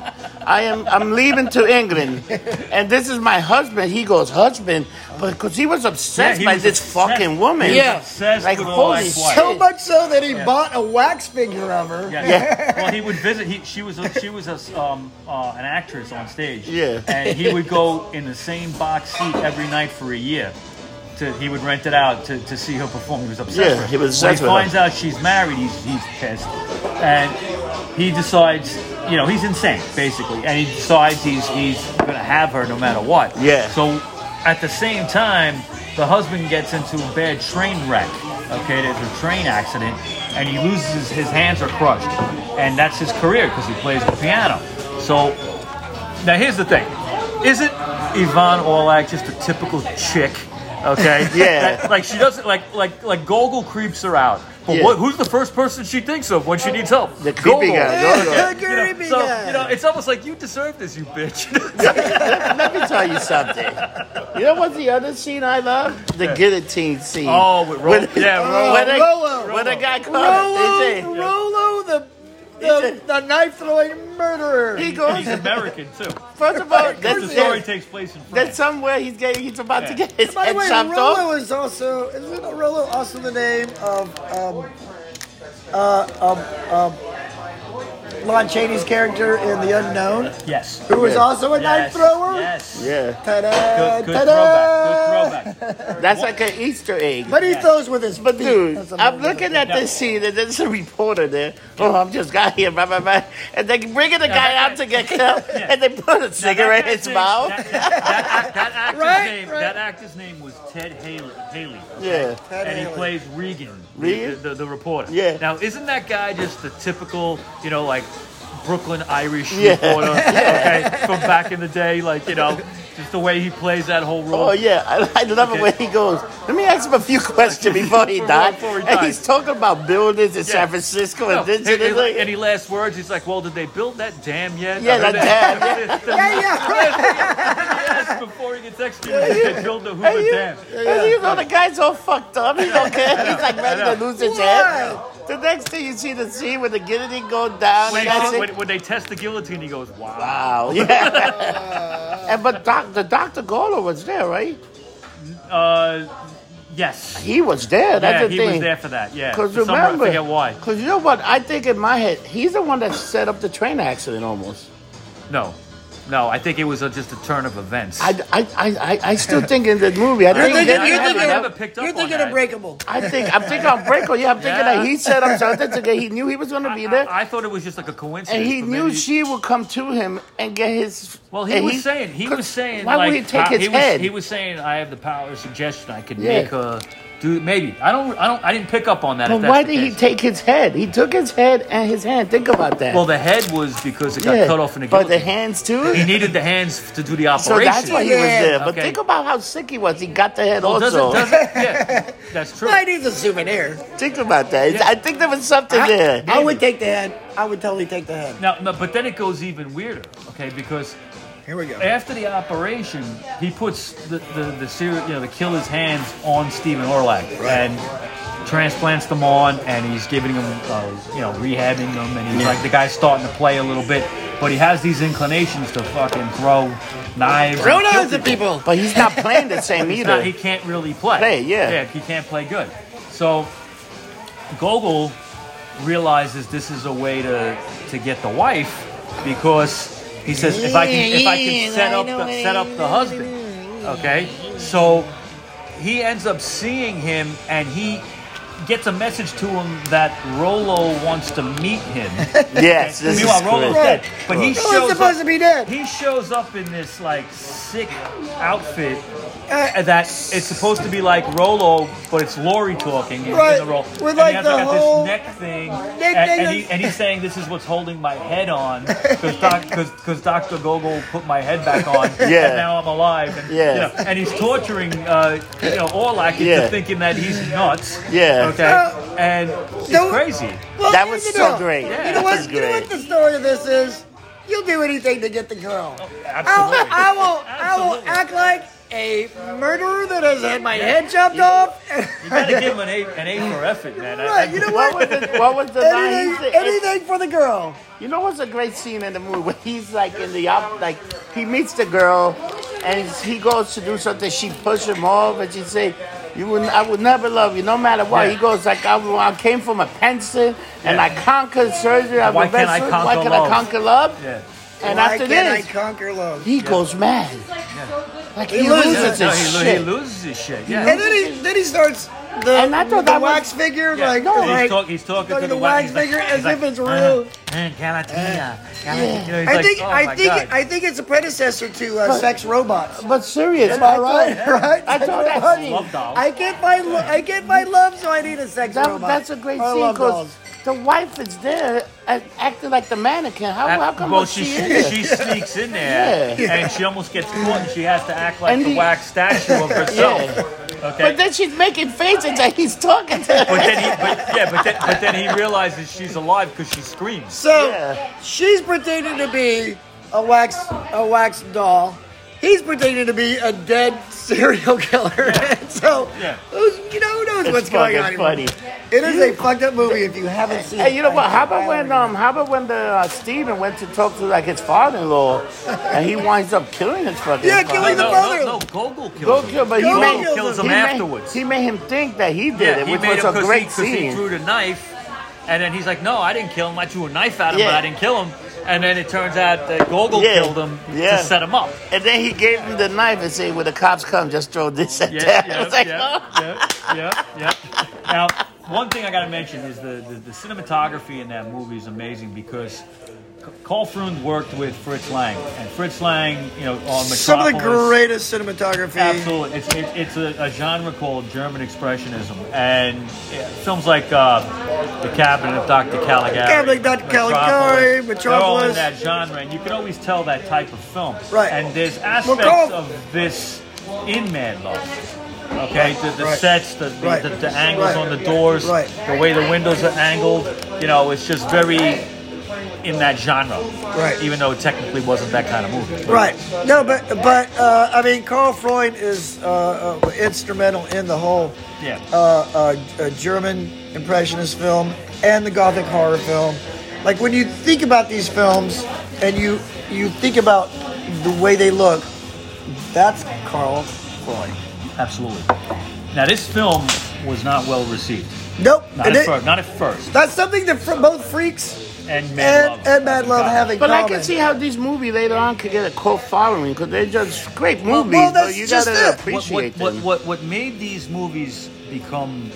[SPEAKER 2] i am i'm leaving to england and this is my husband he goes husband but because he was obsessed
[SPEAKER 1] Yeah, he
[SPEAKER 2] by
[SPEAKER 1] was
[SPEAKER 2] this
[SPEAKER 1] obsessed.
[SPEAKER 2] fucking woman
[SPEAKER 1] He was
[SPEAKER 3] Yeah.
[SPEAKER 1] Obsessed
[SPEAKER 2] Like,
[SPEAKER 1] with all
[SPEAKER 2] holy
[SPEAKER 1] that quiet.
[SPEAKER 2] shit.
[SPEAKER 3] So much so that he bought a wax figure of her.
[SPEAKER 1] Yeah. Well, he would visit. He, she was a, she was a, s- um, uh, an actress on stage.
[SPEAKER 2] Yeah.
[SPEAKER 1] And he would go in the same box seat every night for a year. To, he would rent it out to, to see her perform. He was obsessed.
[SPEAKER 2] Yeah,
[SPEAKER 1] with her.
[SPEAKER 2] he was
[SPEAKER 1] When
[SPEAKER 2] obsessed
[SPEAKER 1] he
[SPEAKER 2] with her.
[SPEAKER 1] finds out she's married, he's he's pissed, and he decides. You know, he's insane basically, and he decides he's he's gonna have her no matter what.
[SPEAKER 2] Yeah.
[SPEAKER 1] So at the same time, the husband gets into a bad train wreck. Okay, there's a train accident, and he loses his, his hands are crushed, and that's his career because he plays the piano. So now here's the thing: isn't Yvonne Orlak just a typical chick? Okay,
[SPEAKER 2] Yeah.
[SPEAKER 1] That- like she doesn't like like like Gogol creeps her out. But
[SPEAKER 2] Yeah.
[SPEAKER 1] what, who's the first person she thinks of when she needs help?
[SPEAKER 2] The creepy
[SPEAKER 1] Gogol.
[SPEAKER 2] guy.
[SPEAKER 1] You know, so you know, it's almost like you deserve this, you bitch.
[SPEAKER 2] let me tell you something you know what's the other scene i love the guillotine scene
[SPEAKER 1] oh, with Ro-
[SPEAKER 2] When-
[SPEAKER 1] yeah, Ro-
[SPEAKER 2] when, a,
[SPEAKER 3] Rolo.
[SPEAKER 2] when a guy
[SPEAKER 3] Rolo,
[SPEAKER 2] comes
[SPEAKER 3] Rolo, the
[SPEAKER 2] He
[SPEAKER 3] the,
[SPEAKER 2] said-
[SPEAKER 3] the knife throwing murderer.
[SPEAKER 2] he goes
[SPEAKER 1] He's American too.
[SPEAKER 2] first of all
[SPEAKER 1] This
[SPEAKER 2] that's,
[SPEAKER 1] story
[SPEAKER 2] that's,
[SPEAKER 1] takes place in
[SPEAKER 2] that's
[SPEAKER 1] France.
[SPEAKER 2] somewhere he's getting he's about to
[SPEAKER 1] Yeah.
[SPEAKER 2] get his
[SPEAKER 3] By
[SPEAKER 2] head
[SPEAKER 3] the way,
[SPEAKER 2] chopped off
[SPEAKER 3] Rolo is also isn't Rolo also the name of um uh um um Lon Chaney's character in The Unknown,
[SPEAKER 1] Yes.
[SPEAKER 3] who was
[SPEAKER 2] Yeah.
[SPEAKER 3] also a
[SPEAKER 1] Yes.
[SPEAKER 3] knife thrower.
[SPEAKER 1] Yes.
[SPEAKER 2] Yeah.
[SPEAKER 3] Ta-da,
[SPEAKER 1] Good, good
[SPEAKER 3] ta-da.
[SPEAKER 1] throwback. Good throwback.
[SPEAKER 2] That's like an Easter egg.
[SPEAKER 3] But he throws with his
[SPEAKER 2] But
[SPEAKER 3] feet.
[SPEAKER 2] dude,
[SPEAKER 3] That's a
[SPEAKER 2] I'm
[SPEAKER 3] little
[SPEAKER 2] looking at
[SPEAKER 3] bit
[SPEAKER 2] this scene and there's a reporter there. Oh, I'm just got here, blah blah blah. And they bringing the guy
[SPEAKER 1] that
[SPEAKER 2] out to get killed, and they put a cigarette in his mouth.
[SPEAKER 1] That, that, that actor's
[SPEAKER 3] Right,
[SPEAKER 1] name,
[SPEAKER 3] right.
[SPEAKER 1] that actor's name was Ted Haley. Haley.
[SPEAKER 2] Yeah.
[SPEAKER 3] Ted
[SPEAKER 1] and he
[SPEAKER 3] Haley.
[SPEAKER 1] plays Regan,
[SPEAKER 2] Regan?
[SPEAKER 1] The, the, the reporter.
[SPEAKER 2] Yeah.
[SPEAKER 1] Now, isn't that guy just the typical, you know, like Brooklyn Irish
[SPEAKER 2] Yeah.
[SPEAKER 1] reporter? Okay, from back in the day, like you know, just the way he plays that whole role.
[SPEAKER 2] Oh yeah, I, I love it when he goes. Let me ask him a few questions before he
[SPEAKER 1] Before-
[SPEAKER 2] died.
[SPEAKER 1] before he
[SPEAKER 2] And
[SPEAKER 1] dies.
[SPEAKER 2] he's talking about buildings in
[SPEAKER 1] Yeah.
[SPEAKER 2] San Francisco
[SPEAKER 1] No,
[SPEAKER 2] and this
[SPEAKER 1] and,
[SPEAKER 2] and
[SPEAKER 1] and,
[SPEAKER 2] that.
[SPEAKER 1] and he last words, he's like, "Well, did they build that dam yet?"
[SPEAKER 2] Yeah,
[SPEAKER 1] I heard
[SPEAKER 2] that dam,
[SPEAKER 3] Yeah, yeah.
[SPEAKER 1] Yes, before he gets executed, did they build the Hoover
[SPEAKER 2] And you,
[SPEAKER 1] Dam?
[SPEAKER 2] and you know the guy's all fucked up. He don't care. He's like
[SPEAKER 1] I
[SPEAKER 2] ready to
[SPEAKER 1] know.
[SPEAKER 2] lose his head. The next thing you see the scene with the guillotine go down.
[SPEAKER 1] When,
[SPEAKER 2] and that's it.
[SPEAKER 1] when, when they test the guillotine, he goes, "Wow."
[SPEAKER 2] Wow. Yeah. and but doc, the Dr. Golo was there, right?
[SPEAKER 1] Uh, yes.
[SPEAKER 2] He was there. That's
[SPEAKER 1] yeah,
[SPEAKER 2] the
[SPEAKER 1] he
[SPEAKER 2] thing.
[SPEAKER 1] was there for that. Yeah.
[SPEAKER 2] Because
[SPEAKER 1] For some-
[SPEAKER 2] remember,
[SPEAKER 1] I forget why.
[SPEAKER 2] Because you know what? I think in my head, he's the one that set up the train accident almost.
[SPEAKER 1] No, no. I think it was uh just a turn of events.
[SPEAKER 2] I, I, I, I, I still think in the movie. I
[SPEAKER 3] You're
[SPEAKER 2] think,
[SPEAKER 3] thinking,
[SPEAKER 2] that-
[SPEAKER 3] you're
[SPEAKER 1] I
[SPEAKER 3] thinking,
[SPEAKER 1] never picked up
[SPEAKER 3] you're
[SPEAKER 1] on
[SPEAKER 3] thinking
[SPEAKER 1] that.
[SPEAKER 3] of breakable.
[SPEAKER 2] I think I'm thinking on Breaker. Yeah, I'm thinking
[SPEAKER 1] Yeah.
[SPEAKER 2] that he set up something to get. He knew he was going to be there,
[SPEAKER 1] I, I thought it was just like a coincidence.
[SPEAKER 2] and he
[SPEAKER 1] but
[SPEAKER 2] knew
[SPEAKER 1] maybe-
[SPEAKER 2] she would come to him and get his.
[SPEAKER 1] Well, he
[SPEAKER 2] and
[SPEAKER 1] was saying he was saying
[SPEAKER 2] Why
[SPEAKER 1] like,
[SPEAKER 2] would he take
[SPEAKER 1] uh,
[SPEAKER 2] his
[SPEAKER 1] he was,
[SPEAKER 2] head?
[SPEAKER 1] He was saying I have the power of suggestion. I could
[SPEAKER 2] Yeah.
[SPEAKER 1] make her do maybe. I don't. I don't. I didn't pick up on that. if
[SPEAKER 2] but
[SPEAKER 1] that's
[SPEAKER 2] why
[SPEAKER 1] the
[SPEAKER 2] did he
[SPEAKER 1] case.
[SPEAKER 2] take his head? He took his head and his hand. Think about that.
[SPEAKER 1] Well, the head was because it got cut off in the
[SPEAKER 2] But the
[SPEAKER 1] guillotine.
[SPEAKER 2] hands too.
[SPEAKER 1] he needed the hands to do the
[SPEAKER 2] So
[SPEAKER 1] operation.
[SPEAKER 2] that's why he was
[SPEAKER 3] Yeah.
[SPEAKER 2] there. But
[SPEAKER 1] Okay.
[SPEAKER 2] think about how sick he was. He got the head
[SPEAKER 1] well, doesn't,
[SPEAKER 2] also.
[SPEAKER 1] doesn't, yeah, that's true.
[SPEAKER 3] I need a souvenir.
[SPEAKER 2] think about that. It's-
[SPEAKER 1] Yeah.
[SPEAKER 2] I think there was something there.
[SPEAKER 3] I would take the head. I would totally take the head.
[SPEAKER 1] Now, no, but then it goes even weirder, okay? Because
[SPEAKER 3] Here we go.
[SPEAKER 1] after the operation, he puts the the, the serial, you know, the killer's hands on Stephen Orlak and transplants them on, and he's giving him, uh, you know, rehabbing them, and he's like the guy's starting to play a little bit, but he has these inclinations to fucking throw knives.
[SPEAKER 3] Throw
[SPEAKER 1] and kill
[SPEAKER 3] knives at people.
[SPEAKER 2] But he's not playing the same
[SPEAKER 1] He's
[SPEAKER 2] either.
[SPEAKER 1] not- he can't really play.
[SPEAKER 2] Play, yeah.
[SPEAKER 1] Yeah, he can't play good. So Gogol realizes this is a way to to get the wife because he says if I can if I can set up the, set up the husband. Okay? So he ends up seeing him and he gets a message to him that Rolo wants to meet him.
[SPEAKER 2] yes, this is
[SPEAKER 1] Meanwhile, Rolo's
[SPEAKER 2] correct.
[SPEAKER 1] dead. But he
[SPEAKER 3] Who's
[SPEAKER 1] shows
[SPEAKER 3] supposed
[SPEAKER 1] up,
[SPEAKER 3] to be dead?
[SPEAKER 1] he shows up in this like sick outfit uh, that it's supposed to be like Rolo, but it's Lori talking in-
[SPEAKER 3] Right,
[SPEAKER 1] in the role.
[SPEAKER 3] with,
[SPEAKER 1] and
[SPEAKER 3] like,
[SPEAKER 1] he has
[SPEAKER 3] the
[SPEAKER 1] like, got
[SPEAKER 3] whole-
[SPEAKER 1] this neck thing, and,
[SPEAKER 3] They- they
[SPEAKER 1] and, he,
[SPEAKER 3] just-
[SPEAKER 1] and he's saying this is what's holding my head on because Doctor Gogol put my head back on,
[SPEAKER 2] Yeah.
[SPEAKER 1] and now I'm alive. And, you
[SPEAKER 2] Yeah.
[SPEAKER 1] know, and he's torturing uh, you know Orlac into
[SPEAKER 2] Yeah.
[SPEAKER 1] thinking that he's nuts.
[SPEAKER 2] Yeah.
[SPEAKER 1] Okay, and it's
[SPEAKER 3] Uh, Don't-
[SPEAKER 1] crazy.
[SPEAKER 3] Well,
[SPEAKER 2] That
[SPEAKER 3] here's
[SPEAKER 2] was
[SPEAKER 3] the
[SPEAKER 2] so
[SPEAKER 3] deal.
[SPEAKER 2] great.
[SPEAKER 3] You know
[SPEAKER 2] That was
[SPEAKER 3] what? You know what
[SPEAKER 2] great.
[SPEAKER 3] the story of this is? You'll do anything to get the girl. I'll,
[SPEAKER 1] Absolutely.
[SPEAKER 3] I will. I will
[SPEAKER 1] Absolutely.
[SPEAKER 3] act like a murderer that has had my head chopped off.
[SPEAKER 1] You gotta give him an eight, an eight for effort, man. I- I-
[SPEAKER 3] Right, you know
[SPEAKER 2] What
[SPEAKER 3] what?
[SPEAKER 2] was the, what was the line? He
[SPEAKER 3] anything,
[SPEAKER 2] said-
[SPEAKER 3] anything for the girl.
[SPEAKER 2] You know what's a great scene in the movie when he's like in the op, like he meets the girl, and he goes to do something. She pushes him off, and she say, "You would, I would never love you, no matter what."
[SPEAKER 1] Yeah.
[SPEAKER 2] He goes like, I, I came from a pencil, and I conquered surgery. I'm
[SPEAKER 1] Why
[SPEAKER 2] the
[SPEAKER 1] can't
[SPEAKER 2] best
[SPEAKER 1] I
[SPEAKER 2] surgeon.
[SPEAKER 1] conquer
[SPEAKER 2] Why can
[SPEAKER 1] love?"
[SPEAKER 2] I conquer love?
[SPEAKER 1] Yeah.
[SPEAKER 2] And
[SPEAKER 3] Why
[SPEAKER 2] after
[SPEAKER 3] can't
[SPEAKER 2] this,
[SPEAKER 3] I conquer love?
[SPEAKER 2] he goes mad. Like he,
[SPEAKER 3] He loses
[SPEAKER 2] loses his
[SPEAKER 1] no, he, lo-
[SPEAKER 2] shit.
[SPEAKER 1] he loses his shit. Yeah.
[SPEAKER 3] And then he then he starts the,
[SPEAKER 2] And I thought
[SPEAKER 3] the
[SPEAKER 2] that was-
[SPEAKER 3] wax figure
[SPEAKER 1] Yeah,
[SPEAKER 3] like "Oh,
[SPEAKER 1] he's,
[SPEAKER 3] like,
[SPEAKER 1] talk, he's talking
[SPEAKER 3] talking
[SPEAKER 1] to the
[SPEAKER 3] to
[SPEAKER 1] wax
[SPEAKER 3] wax figure as if
[SPEAKER 1] "Uh,
[SPEAKER 3] it's real.
[SPEAKER 1] Galatina. Galatina. mm, You know, he's
[SPEAKER 3] I
[SPEAKER 1] like,
[SPEAKER 3] think
[SPEAKER 1] oh my
[SPEAKER 3] I think
[SPEAKER 1] God.
[SPEAKER 3] I think it's a predecessor to uh, sex robots.
[SPEAKER 2] But serious,
[SPEAKER 3] Am I
[SPEAKER 2] all right?
[SPEAKER 3] right? Right?
[SPEAKER 2] I thought that
[SPEAKER 3] Love
[SPEAKER 2] scene.
[SPEAKER 1] Love dolls.
[SPEAKER 3] I get my lo- I get my love, so I need a sex
[SPEAKER 2] That,
[SPEAKER 3] robot.
[SPEAKER 2] that's a great
[SPEAKER 3] I
[SPEAKER 2] scene
[SPEAKER 3] love
[SPEAKER 2] because
[SPEAKER 3] dolls.
[SPEAKER 2] the wife is there and acting like the mannequin. How,
[SPEAKER 1] That-
[SPEAKER 2] how come
[SPEAKER 1] well,
[SPEAKER 2] was she,
[SPEAKER 1] she
[SPEAKER 2] in there?
[SPEAKER 1] she sneaks in there,
[SPEAKER 2] Yeah.
[SPEAKER 1] and she almost gets caught, and she has to act like
[SPEAKER 2] And
[SPEAKER 1] the
[SPEAKER 2] he-
[SPEAKER 1] wax statue of herself. Okay.
[SPEAKER 2] But then she's making faces like he's talking to her.
[SPEAKER 1] But then he, but, yeah, but then, but then he realizes she's alive because she screams.
[SPEAKER 3] So
[SPEAKER 2] Yeah.
[SPEAKER 3] she's pretending to be a wax a wax doll. He's pretending to be a dead serial killer. And so
[SPEAKER 1] Yeah.
[SPEAKER 3] who's, you know who knows
[SPEAKER 2] It's
[SPEAKER 3] what's going on?
[SPEAKER 2] fucking
[SPEAKER 3] anymore.
[SPEAKER 2] funny.
[SPEAKER 3] It is a fucked up movie if you haven't seen it.
[SPEAKER 2] Hey, you know what?
[SPEAKER 3] I
[SPEAKER 2] How about when
[SPEAKER 3] highly
[SPEAKER 2] um, how about when the uh, Stephen went to talk to like his father-in-law, and he winds up killing his fucking
[SPEAKER 3] Yeah,
[SPEAKER 2] father.
[SPEAKER 3] killing the
[SPEAKER 1] no,
[SPEAKER 3] brother.
[SPEAKER 1] no, no, Gogol kills
[SPEAKER 2] Go
[SPEAKER 1] him.
[SPEAKER 2] kill, but he
[SPEAKER 3] Go
[SPEAKER 2] made,
[SPEAKER 3] kill
[SPEAKER 1] kills
[SPEAKER 2] he
[SPEAKER 1] him
[SPEAKER 2] made-
[SPEAKER 1] afterwards.
[SPEAKER 2] He made him think that he did
[SPEAKER 1] yeah,
[SPEAKER 2] it,
[SPEAKER 1] he
[SPEAKER 2] which
[SPEAKER 1] made
[SPEAKER 2] was
[SPEAKER 1] him
[SPEAKER 2] a
[SPEAKER 1] because
[SPEAKER 2] great
[SPEAKER 1] he, 'cause he
[SPEAKER 2] scene.
[SPEAKER 1] threw the knife, And then he's like, no, I didn't kill him. I drew a knife at him, but
[SPEAKER 2] Yeah.
[SPEAKER 1] I didn't kill him. And then it turns out that Gogol
[SPEAKER 2] Yeah.
[SPEAKER 1] killed him
[SPEAKER 2] Yeah.
[SPEAKER 1] to set him up.
[SPEAKER 2] And then he gave him the knife and said, when the cops come, just throw this at
[SPEAKER 1] Yeah,
[SPEAKER 2] that.
[SPEAKER 1] yeah,
[SPEAKER 2] I was like, "Oh."
[SPEAKER 1] yeah, yeah, yeah, yeah. Now, one thing I got to mention is the, the, the cinematography in that movie is amazing because Carl Frun worked with Fritz Lang, and Fritz Lang, you know, on Metropolis.
[SPEAKER 3] Some of the greatest cinematography.
[SPEAKER 1] Absolutely, it's it, it's a, a genre called German Expressionism, and yeah, films like uh, The Cabinet of Dr. Caligari,
[SPEAKER 3] Cabinet of Dr. Caligari,
[SPEAKER 1] they're all in
[SPEAKER 3] Metropolis.
[SPEAKER 1] that genre, and you can always tell that type of film.
[SPEAKER 3] Right.
[SPEAKER 1] And there's aspects
[SPEAKER 3] Carl-
[SPEAKER 1] of this in Mad Love. Okay, the, the
[SPEAKER 3] Right.
[SPEAKER 1] sets, the, the,
[SPEAKER 3] Right.
[SPEAKER 1] the, the angles
[SPEAKER 3] Right.
[SPEAKER 1] on the doors,
[SPEAKER 3] Right.
[SPEAKER 1] the way the windows are angled, you know, it's just very in that genre.
[SPEAKER 3] Right.
[SPEAKER 1] Even though it technically wasn't that kind of movie.
[SPEAKER 3] Right. No, but but uh, I mean, Carl Freund is uh, uh, instrumental in the whole
[SPEAKER 1] Yeah.
[SPEAKER 3] uh, uh, uh, German impressionist film and the Gothic horror film. Like when you think about these films and you you think about the way they look, that's Carl Freund.
[SPEAKER 1] Absolutely. Now, this film was not well received.
[SPEAKER 3] Nope.
[SPEAKER 1] Not,
[SPEAKER 3] and
[SPEAKER 1] at,
[SPEAKER 3] it-
[SPEAKER 1] first, not at first.
[SPEAKER 3] that's something that fr- both freaks
[SPEAKER 1] And Mad
[SPEAKER 3] and,
[SPEAKER 1] Love.
[SPEAKER 3] and Mad Love have in
[SPEAKER 2] But e- I
[SPEAKER 3] common.
[SPEAKER 2] can see how this movie later on could get a cult following because they're just great movies.
[SPEAKER 3] well,
[SPEAKER 2] but
[SPEAKER 3] that's
[SPEAKER 2] you
[SPEAKER 3] just
[SPEAKER 2] gotta
[SPEAKER 3] it.
[SPEAKER 1] What,
[SPEAKER 2] appreciate
[SPEAKER 1] what, what,
[SPEAKER 2] them.
[SPEAKER 1] what, what made these movies become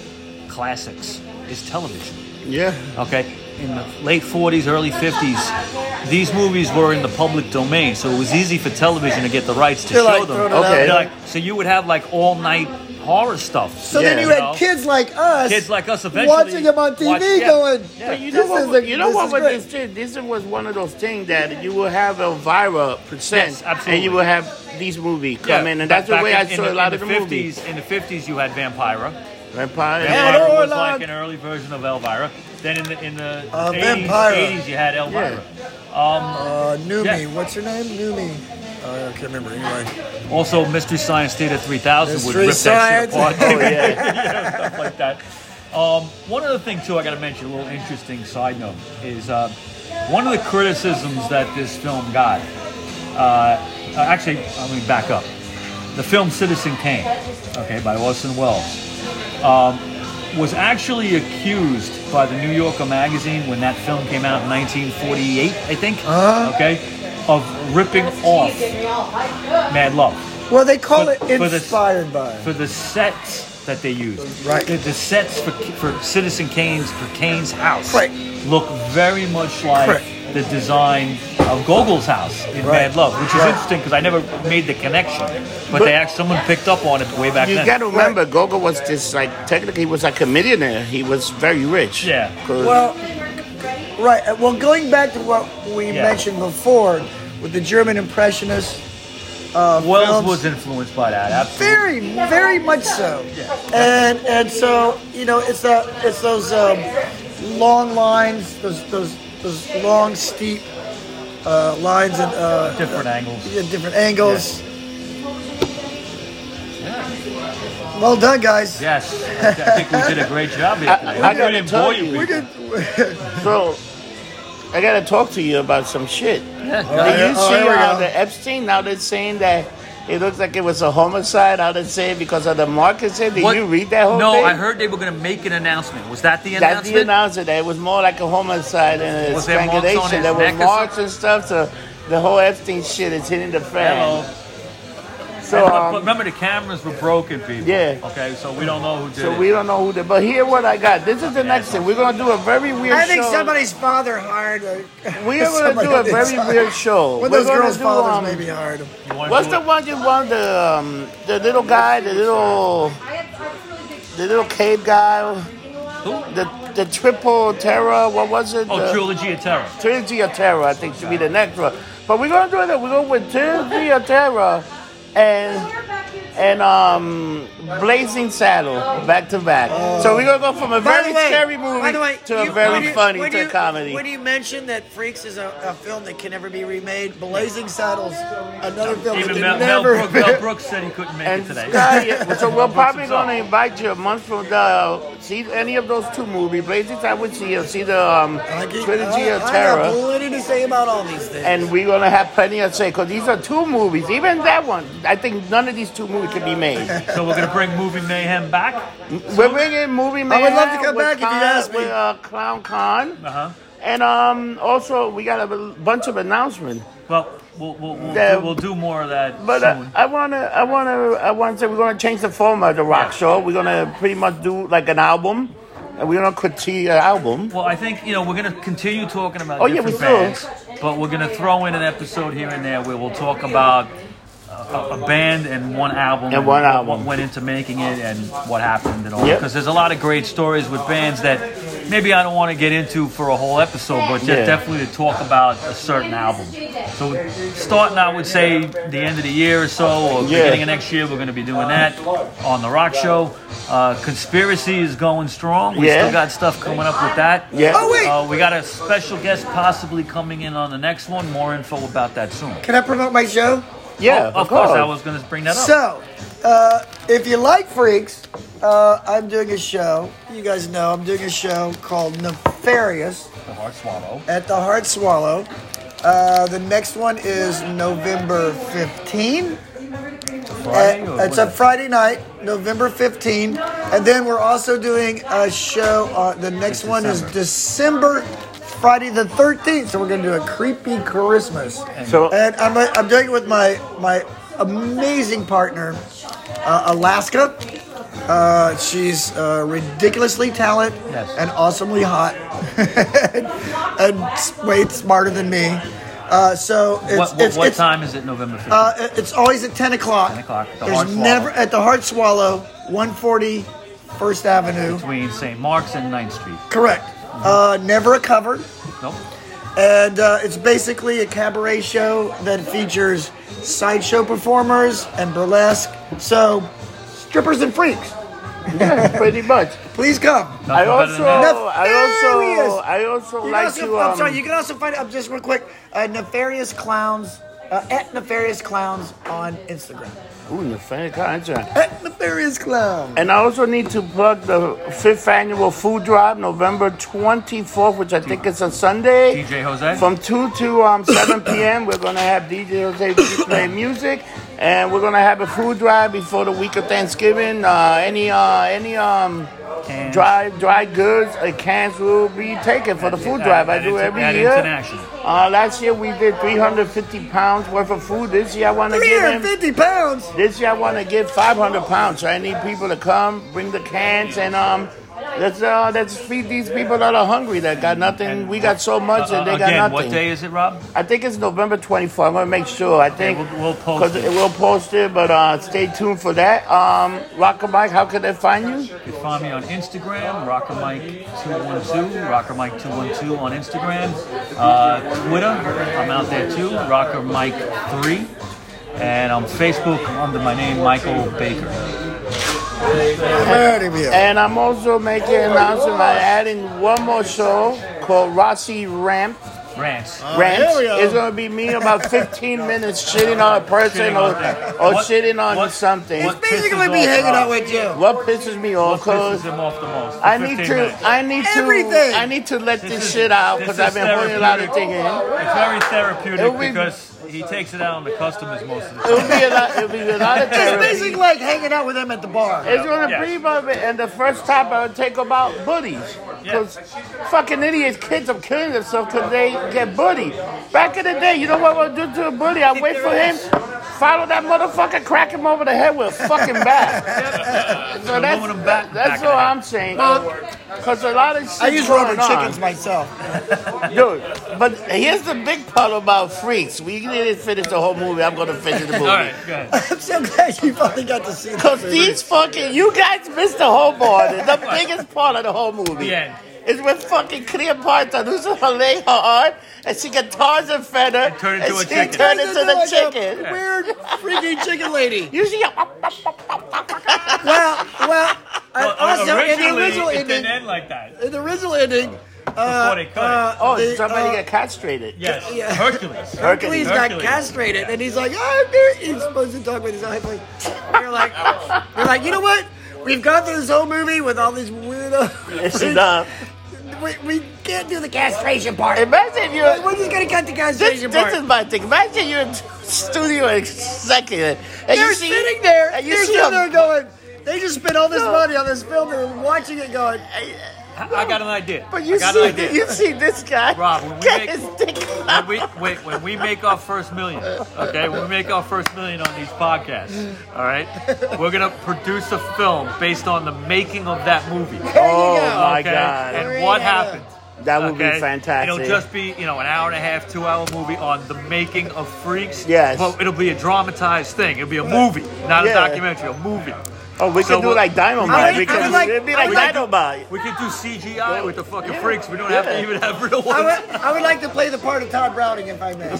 [SPEAKER 1] classics is television.
[SPEAKER 2] Yeah.
[SPEAKER 1] Okay? In the late 40s, early 50s, these movies were in the public domain, so it was easy for television to get the rights to
[SPEAKER 3] They're
[SPEAKER 1] show
[SPEAKER 3] like
[SPEAKER 1] them.
[SPEAKER 3] throwing it
[SPEAKER 2] out
[SPEAKER 1] They're
[SPEAKER 2] there.
[SPEAKER 1] like- so you would have like all night horror stuff.
[SPEAKER 3] So then
[SPEAKER 2] Yeah.
[SPEAKER 3] you
[SPEAKER 1] You know?
[SPEAKER 3] had kids like us,
[SPEAKER 1] Kids like us eventually
[SPEAKER 3] watching them on TV,
[SPEAKER 1] watch- yeah.
[SPEAKER 3] going,
[SPEAKER 1] Yeah.
[SPEAKER 2] But you know
[SPEAKER 3] This
[SPEAKER 2] what?
[SPEAKER 3] is
[SPEAKER 2] was-
[SPEAKER 3] a-
[SPEAKER 2] you know
[SPEAKER 3] this
[SPEAKER 2] what
[SPEAKER 3] is
[SPEAKER 2] was
[SPEAKER 3] great.
[SPEAKER 2] this thing? This was one of those things that you will have Elvira
[SPEAKER 1] Yes,
[SPEAKER 2] present,
[SPEAKER 1] absolutely.
[SPEAKER 2] and you will have these movie come in,
[SPEAKER 1] back-
[SPEAKER 2] and that's the
[SPEAKER 1] back
[SPEAKER 2] way
[SPEAKER 1] in-
[SPEAKER 2] I
[SPEAKER 1] in
[SPEAKER 2] saw a
[SPEAKER 1] in
[SPEAKER 2] lot of the,
[SPEAKER 1] the 50s,
[SPEAKER 2] movies.
[SPEAKER 1] In the 50s, you had Vampira.
[SPEAKER 2] Vampire.
[SPEAKER 1] Vampire
[SPEAKER 3] Yeah,
[SPEAKER 1] was
[SPEAKER 3] Orlog.
[SPEAKER 1] like an early version of Elvira. Then in the in the
[SPEAKER 3] Uh,
[SPEAKER 1] 80s,
[SPEAKER 3] Vampira.
[SPEAKER 1] 80s, you had Elvira.
[SPEAKER 3] Uh, Numi.
[SPEAKER 1] Yeah.
[SPEAKER 3] What's her name? Numi. Uh, I can't remember. Anyway.
[SPEAKER 1] Also, Mystery Science Theater 3000 would
[SPEAKER 3] Mystery
[SPEAKER 1] rip
[SPEAKER 3] Science.
[SPEAKER 1] that shit apart.
[SPEAKER 2] Oh yeah.
[SPEAKER 1] yeah, stuff like that. Um, one other thing too, I got to mention a little interesting side note is uh, one of the criticisms that this film got. Uh, uh, actually, let me back up. The film Citizen Kane, okay, by Orson Welles, um, was actually accused by the New Yorker magazine when that film came out in 1948, I think.
[SPEAKER 3] Uh-huh.
[SPEAKER 1] Okay, of ripping off Mad Love
[SPEAKER 3] Well, they call
[SPEAKER 1] For-
[SPEAKER 3] it
[SPEAKER 1] for the-
[SPEAKER 3] inspired by.
[SPEAKER 1] for the sets that they used.
[SPEAKER 3] Right.
[SPEAKER 1] The, the sets for, for Citizen Kane's for Kane's house
[SPEAKER 3] Right.
[SPEAKER 1] look very much like
[SPEAKER 3] Correct.
[SPEAKER 1] the design of Gogol's house in
[SPEAKER 3] Right.
[SPEAKER 1] Mad Love, which is
[SPEAKER 3] Right.
[SPEAKER 1] interesting because I never made the connection, but, they actually someone picked up on it way back
[SPEAKER 2] You
[SPEAKER 1] then.
[SPEAKER 2] gotta remember, Gogo was this like technically he was like a millionaire. He was very rich.
[SPEAKER 1] Yeah.
[SPEAKER 2] 'Cause-
[SPEAKER 3] Well, right. uh, Well, going back to what we
[SPEAKER 1] Yeah.
[SPEAKER 3] mentioned before with the German impressionist. Uh,
[SPEAKER 1] Wells
[SPEAKER 3] films,
[SPEAKER 1] was influenced by that. Absolutely.
[SPEAKER 3] very, very much so. And and so you know, it's that it's those um, long lines, those those those long steep uh, lines and uh,
[SPEAKER 1] Different angles.
[SPEAKER 3] Yeah, different angles. Well done, guys.
[SPEAKER 1] Yes, I think we did a great job here.
[SPEAKER 2] I-
[SPEAKER 1] today.
[SPEAKER 2] I
[SPEAKER 1] We
[SPEAKER 2] gotta
[SPEAKER 1] didn't
[SPEAKER 2] tell
[SPEAKER 1] bore
[SPEAKER 2] you,
[SPEAKER 1] you.
[SPEAKER 3] We
[SPEAKER 1] people.
[SPEAKER 3] did.
[SPEAKER 2] So, I gotta talk to you about some shit. Did
[SPEAKER 3] yeah.
[SPEAKER 2] you
[SPEAKER 3] Oh,
[SPEAKER 2] see
[SPEAKER 3] here we
[SPEAKER 2] how
[SPEAKER 3] go.
[SPEAKER 2] the Epstein? Now they're saying that it looks like it was a homicide. How they say it because of the market? Say, did
[SPEAKER 1] What-
[SPEAKER 2] you read that whole
[SPEAKER 1] no,
[SPEAKER 2] thing?
[SPEAKER 1] I heard they were going to make an announcement. Was that the
[SPEAKER 2] That's
[SPEAKER 1] announcement?
[SPEAKER 2] the announcer. That it was more like a homicide and a
[SPEAKER 1] Was there marks on
[SPEAKER 2] strangulation.
[SPEAKER 1] his
[SPEAKER 2] There were
[SPEAKER 1] neck or
[SPEAKER 2] marks and stuff. So the whole Epstein shit is hitting the fan.
[SPEAKER 1] Hello.
[SPEAKER 2] So
[SPEAKER 1] And
[SPEAKER 2] um,
[SPEAKER 1] but remember, the cameras were broken, people.
[SPEAKER 2] Yeah.
[SPEAKER 1] Okay, so we don't know who did
[SPEAKER 2] So
[SPEAKER 1] it.
[SPEAKER 2] we don't know who did. But here, what I got. This is the next thing. We're gonna do a very weird.
[SPEAKER 3] I think
[SPEAKER 2] show.
[SPEAKER 3] somebody's father hired. a-
[SPEAKER 2] We are gonna
[SPEAKER 3] somebody
[SPEAKER 2] do a
[SPEAKER 3] did
[SPEAKER 2] very
[SPEAKER 3] something.
[SPEAKER 2] weird show.
[SPEAKER 3] One of
[SPEAKER 2] We're
[SPEAKER 3] those
[SPEAKER 2] gonna
[SPEAKER 3] girls'
[SPEAKER 2] do,
[SPEAKER 3] fathers
[SPEAKER 2] um,
[SPEAKER 3] maybe hired him.
[SPEAKER 1] You wanna
[SPEAKER 2] What's
[SPEAKER 1] do
[SPEAKER 2] the
[SPEAKER 1] it?
[SPEAKER 2] one you want? The um, the little guy, the little, the little cave guy,
[SPEAKER 1] Who?
[SPEAKER 2] the the triple terror. What was it?
[SPEAKER 1] Oh,
[SPEAKER 2] The-
[SPEAKER 1] Trilogy of Terror.
[SPEAKER 2] Trilogy of Terror, I think, should be the next one. But we're gonna do it. We're going with Trilogy of Terror and and um Blazing Saddle back to back. So we're gonna go from a
[SPEAKER 3] By
[SPEAKER 2] very
[SPEAKER 3] the way,
[SPEAKER 2] scary
[SPEAKER 3] by
[SPEAKER 2] movie
[SPEAKER 3] the way,
[SPEAKER 2] to
[SPEAKER 3] you-
[SPEAKER 2] a very
[SPEAKER 3] when you-
[SPEAKER 2] funny
[SPEAKER 3] when
[SPEAKER 2] to a
[SPEAKER 3] you-
[SPEAKER 2] comedy.
[SPEAKER 3] When you mention that Freaks is a, a film that can never be remade, Blazing Saddles, another film that
[SPEAKER 1] Even Mel,
[SPEAKER 3] can
[SPEAKER 1] Mel,
[SPEAKER 3] never.
[SPEAKER 1] Brooks, Mel Brooks said he couldn't make
[SPEAKER 2] and
[SPEAKER 1] it today.
[SPEAKER 2] Sky, so we're
[SPEAKER 1] Brooks
[SPEAKER 2] probably
[SPEAKER 1] himself.
[SPEAKER 2] gonna invite you a month from now. See any of those two movies, Blazing Saddle with you, see the um,
[SPEAKER 3] I get-
[SPEAKER 2] Trilogy
[SPEAKER 3] I-
[SPEAKER 2] of
[SPEAKER 3] I have
[SPEAKER 2] Terror.
[SPEAKER 3] plenty to say about all these things.
[SPEAKER 2] And we're gonna have plenty of say because these are two movies. Even that one, I think none of these two movies can be made.
[SPEAKER 1] So we're going to bring Movie Mayhem back?
[SPEAKER 2] We're bringing movie man.
[SPEAKER 3] would love to come back if you'd ask me.
[SPEAKER 2] With, uh, Clown Con.
[SPEAKER 1] Uh-huh.
[SPEAKER 2] And um, also, we got a b- bunch of announcements.
[SPEAKER 1] Well, we'll, we'll, we'll,
[SPEAKER 2] Yeah.
[SPEAKER 1] we'll do more of that
[SPEAKER 2] But uh,
[SPEAKER 1] soon.
[SPEAKER 2] I wanna, I wanna, I wanna say we're gonna change the format of the rock show. We're gonna pretty much do like an album, and we're gonna critique an album.
[SPEAKER 1] well, I think, you know, we're going to continue talking about
[SPEAKER 2] Oh, yeah,
[SPEAKER 1] different
[SPEAKER 2] we will.
[SPEAKER 1] bands, but we're going to throw in an episode here and there where we'll talk about a, a a band and one album
[SPEAKER 2] And one
[SPEAKER 1] what-
[SPEAKER 2] album.
[SPEAKER 1] what went into making it and what happened and all.
[SPEAKER 2] Yep.
[SPEAKER 1] Because there's a lot of great stories with bands that maybe I don't want to get into for a whole episode, but
[SPEAKER 2] Yeah.
[SPEAKER 1] just definitely to talk about a certain album. So starting, I would say the end of the year or so, or
[SPEAKER 2] Yeah.
[SPEAKER 1] beginning of next year, we're going to be doing that on the Rock Show. Uh, Conspiracy is going strong. We
[SPEAKER 2] Yeah.
[SPEAKER 1] still got stuff coming up with that.
[SPEAKER 2] Yeah.
[SPEAKER 3] Oh, wait.
[SPEAKER 1] Uh, we got a special guest possibly coming in on the next one. More info about that soon. Oh,
[SPEAKER 3] Can I promote my show?
[SPEAKER 2] Yeah,
[SPEAKER 1] of course, I was going to bring that up.
[SPEAKER 3] So, uh, if you like freaks, uh, I'm doing a show. You guys know I'm doing a show called Nefarious
[SPEAKER 1] the Heart Swallow.
[SPEAKER 3] at the Heart Swallow. Uh, the next one is November 15.
[SPEAKER 1] Friday,
[SPEAKER 3] Uh,
[SPEAKER 1] or
[SPEAKER 3] it's a
[SPEAKER 1] what?
[SPEAKER 3] Friday night, November 15. And then we're also doing a show. Uh, the next one is December, Friday the 13th. So we're going to do a creepy Christmas.
[SPEAKER 2] So
[SPEAKER 3] And I'm, I'm doing it with my, my amazing partner, uh, Alaska. Uh, she's uh, ridiculously talented
[SPEAKER 1] Yes.
[SPEAKER 3] and awesomely hot and s- way smarter than me. Uh, so it's,
[SPEAKER 1] what, what,
[SPEAKER 3] it's,
[SPEAKER 1] what
[SPEAKER 3] it's,
[SPEAKER 1] time is it? November 15th?
[SPEAKER 3] Uh, it- it's always at 10 o'clock.
[SPEAKER 1] 10 o'clock, the Hard
[SPEAKER 3] There's
[SPEAKER 1] Swallow.
[SPEAKER 3] never at the Heart Swallow, 140 First Avenue.
[SPEAKER 1] Between St. Mark's and 9th Street.
[SPEAKER 3] Correct. Uh, never a cover.
[SPEAKER 1] Nope.
[SPEAKER 3] And uh, it's basically a cabaret show that features sideshow performers and burlesque. So, strippers and freaks,
[SPEAKER 2] pretty much.
[SPEAKER 3] please come.
[SPEAKER 1] Nothing
[SPEAKER 2] I
[SPEAKER 1] better
[SPEAKER 2] also,
[SPEAKER 1] than that.
[SPEAKER 2] I also,
[SPEAKER 3] Nefarious.
[SPEAKER 2] I also
[SPEAKER 3] You can
[SPEAKER 2] like
[SPEAKER 3] also,
[SPEAKER 2] to.
[SPEAKER 3] I'm
[SPEAKER 2] um,
[SPEAKER 3] sorry, you can also find out just real quick uh, Nefarious Clowns, uh, at Nefarious Clowns on Instagram.
[SPEAKER 2] Ooh, the fan content.
[SPEAKER 3] At Nefarious Clown.
[SPEAKER 2] And I also need to plug the fifth annual food drive, November 24th, which I think is a Sunday.
[SPEAKER 1] DJ Jose?
[SPEAKER 2] From 2 to um, 7 p.m., we're going to have DJ Jose play music. And we're going to have a food drive before the week of Thanksgiving. Uh, any, uh, any, um,
[SPEAKER 1] Cans.
[SPEAKER 2] Dry, dry goods, uh, cans will be taken for the food drive. I
[SPEAKER 1] At-
[SPEAKER 2] do
[SPEAKER 1] at-
[SPEAKER 2] every
[SPEAKER 1] at
[SPEAKER 2] year.
[SPEAKER 1] International.
[SPEAKER 2] Uh, last year we did 350 pounds worth of food. This year I want to give him
[SPEAKER 3] 350 pounds.
[SPEAKER 2] this year I want to give 500 pounds, so I need people to come, bring the cans, and um, let's uh, let's feed these people that are hungry that got nothing. We got so much, and
[SPEAKER 1] Uh,
[SPEAKER 2] they
[SPEAKER 1] again,
[SPEAKER 2] got
[SPEAKER 1] what
[SPEAKER 2] nothing.
[SPEAKER 1] day is it, Rob?
[SPEAKER 2] I think it's November 24th. I'm gonna make sure. I think
[SPEAKER 1] we'll- we'll post
[SPEAKER 2] 'cause
[SPEAKER 1] it.
[SPEAKER 2] We'll post it, but uh, stay tuned for that. Um, Rock and Mike, how can they find you?
[SPEAKER 1] You can find me on Instagram, Rocker Mike 212, Rocker Mike 212 on Instagram. Uh, Twitter, I'm out there too, Rocker Mike 3. And on Facebook under my name, Michael Baker.
[SPEAKER 2] And I'm also making an announcement. I'm adding one more show called Rossi Ramp.
[SPEAKER 1] Rants.
[SPEAKER 2] rant.
[SPEAKER 3] there we go.
[SPEAKER 2] It's gonna be me about 15 minutes shitting on a person
[SPEAKER 1] Shitting on
[SPEAKER 2] or,
[SPEAKER 1] things.
[SPEAKER 2] or
[SPEAKER 1] What-
[SPEAKER 2] shitting on
[SPEAKER 1] what-
[SPEAKER 2] something.
[SPEAKER 1] what-
[SPEAKER 2] What,
[SPEAKER 3] Basically,
[SPEAKER 1] Pisses
[SPEAKER 3] be
[SPEAKER 1] off
[SPEAKER 3] hanging
[SPEAKER 1] Rob.
[SPEAKER 3] out with you.
[SPEAKER 2] pisses me off?
[SPEAKER 1] Pisses
[SPEAKER 2] Cause
[SPEAKER 1] him off the most. for
[SPEAKER 2] I need
[SPEAKER 1] 15
[SPEAKER 2] to,
[SPEAKER 1] minutes.
[SPEAKER 2] I need to,
[SPEAKER 3] Everything.
[SPEAKER 2] I need to let this,
[SPEAKER 1] This is-
[SPEAKER 2] shit out
[SPEAKER 1] this
[SPEAKER 2] because
[SPEAKER 1] is
[SPEAKER 2] I've been holding a lot of things in. It'll
[SPEAKER 1] It's very therapeutic
[SPEAKER 2] It'll be-
[SPEAKER 1] because he takes it out on the customers most of the time.
[SPEAKER 2] be a lot, it'll be a lot of
[SPEAKER 3] It's
[SPEAKER 2] therapy.
[SPEAKER 3] basically like hanging out with them at the bar.
[SPEAKER 2] It's gonna
[SPEAKER 1] Yes.
[SPEAKER 2] be about it, and the first topic I'll take about buddies. Because fucking idiots, kids are killing themselves because they get bullied. Back in the day, you know what I would do to a bully? I wait for him, follow that motherfucker, crack him over the head with a fucking bat. so that's,
[SPEAKER 1] Aluminum bat back
[SPEAKER 2] that's all
[SPEAKER 1] in the head.
[SPEAKER 2] I'm saying. Because a lot of shit
[SPEAKER 3] I use
[SPEAKER 2] going
[SPEAKER 3] rubber
[SPEAKER 2] on.
[SPEAKER 3] chickens myself.
[SPEAKER 2] Dude, but here's the big part about freaks. We didn't finish the whole movie. I'm gonna finish the movie.
[SPEAKER 1] All right, go ahead.
[SPEAKER 3] I'm so glad you finally got to see
[SPEAKER 2] Cause
[SPEAKER 3] this.
[SPEAKER 2] these fucking you guys missed the whole part. The biggest part of the whole movie.
[SPEAKER 1] The end.
[SPEAKER 2] It's when fucking Cleopatra loses her leg, her arm, and she gets Tarzan fed her, and
[SPEAKER 1] turned into a
[SPEAKER 2] she
[SPEAKER 1] chicken.
[SPEAKER 2] turned into the
[SPEAKER 3] Like a
[SPEAKER 2] chicken.
[SPEAKER 3] Weird freaking chicken lady.
[SPEAKER 2] You oh, see,
[SPEAKER 3] Well, well, and also in the
[SPEAKER 1] Originally,
[SPEAKER 3] original
[SPEAKER 1] it didn't
[SPEAKER 3] ending,
[SPEAKER 1] end like that.
[SPEAKER 3] in the original ending, uh,
[SPEAKER 1] they cut it.
[SPEAKER 3] uh,
[SPEAKER 2] oh,
[SPEAKER 3] the,
[SPEAKER 2] somebody
[SPEAKER 3] uh,
[SPEAKER 2] got castrated.
[SPEAKER 1] Yes,
[SPEAKER 3] yeah.
[SPEAKER 1] Hercules.
[SPEAKER 3] Hercules got
[SPEAKER 1] Hercules.
[SPEAKER 3] castrated, and he's like, "Oh, dude," he's supposed to talk with his eyes like, you're like, you're like, you know what? We've gone through this whole movie with all these
[SPEAKER 2] It's
[SPEAKER 3] weirdo.
[SPEAKER 2] enough.
[SPEAKER 3] we, we can't do the castration part.
[SPEAKER 2] Imagine
[SPEAKER 3] We're
[SPEAKER 2] you're.
[SPEAKER 3] we're just gonna cut the
[SPEAKER 2] This,
[SPEAKER 3] castration part.
[SPEAKER 2] this is my thing. Imagine you're a studio executive, and
[SPEAKER 3] They're
[SPEAKER 2] you see,
[SPEAKER 3] sitting there.
[SPEAKER 2] and you
[SPEAKER 3] they're
[SPEAKER 2] see
[SPEAKER 3] sitting
[SPEAKER 2] a-
[SPEAKER 3] there going. They just spent all this money on this film. They're watching it going,
[SPEAKER 1] I got an idea.
[SPEAKER 2] But you
[SPEAKER 1] I got
[SPEAKER 2] see,
[SPEAKER 1] an idea.
[SPEAKER 2] you see this guy
[SPEAKER 1] Rob, when we
[SPEAKER 2] get
[SPEAKER 1] make-
[SPEAKER 2] his dick
[SPEAKER 1] When we, wait, when we make our first million, okay, when we make our first million on these podcasts, all right, we're gonna produce a film based on the making of that movie.
[SPEAKER 2] Oh
[SPEAKER 3] go.
[SPEAKER 2] my
[SPEAKER 1] okay?
[SPEAKER 2] god,
[SPEAKER 1] And what
[SPEAKER 3] Brilliant.
[SPEAKER 1] happened?
[SPEAKER 2] that would
[SPEAKER 1] okay?
[SPEAKER 2] be fantastic.
[SPEAKER 1] It'll just be you know an hour and a half, two hour movie on the making of Freaks.
[SPEAKER 2] Yes.
[SPEAKER 1] But it'll be a dramatized thing. It'll be a movie, not
[SPEAKER 2] Yeah.
[SPEAKER 1] a documentary. A movie.
[SPEAKER 2] oh, we
[SPEAKER 1] so
[SPEAKER 2] can do
[SPEAKER 1] we'll-
[SPEAKER 2] like
[SPEAKER 3] I would-
[SPEAKER 2] Dynamite.
[SPEAKER 3] I
[SPEAKER 2] We
[SPEAKER 3] would
[SPEAKER 2] can,
[SPEAKER 3] like-
[SPEAKER 2] it'd be
[SPEAKER 3] I
[SPEAKER 2] like
[SPEAKER 3] would like-
[SPEAKER 2] Dynamite.
[SPEAKER 1] We could do CGI with the fucking Freaks. We don't have to even have real
[SPEAKER 3] I
[SPEAKER 1] ones.
[SPEAKER 3] would, I would like to play the part of Todd Browning if I may.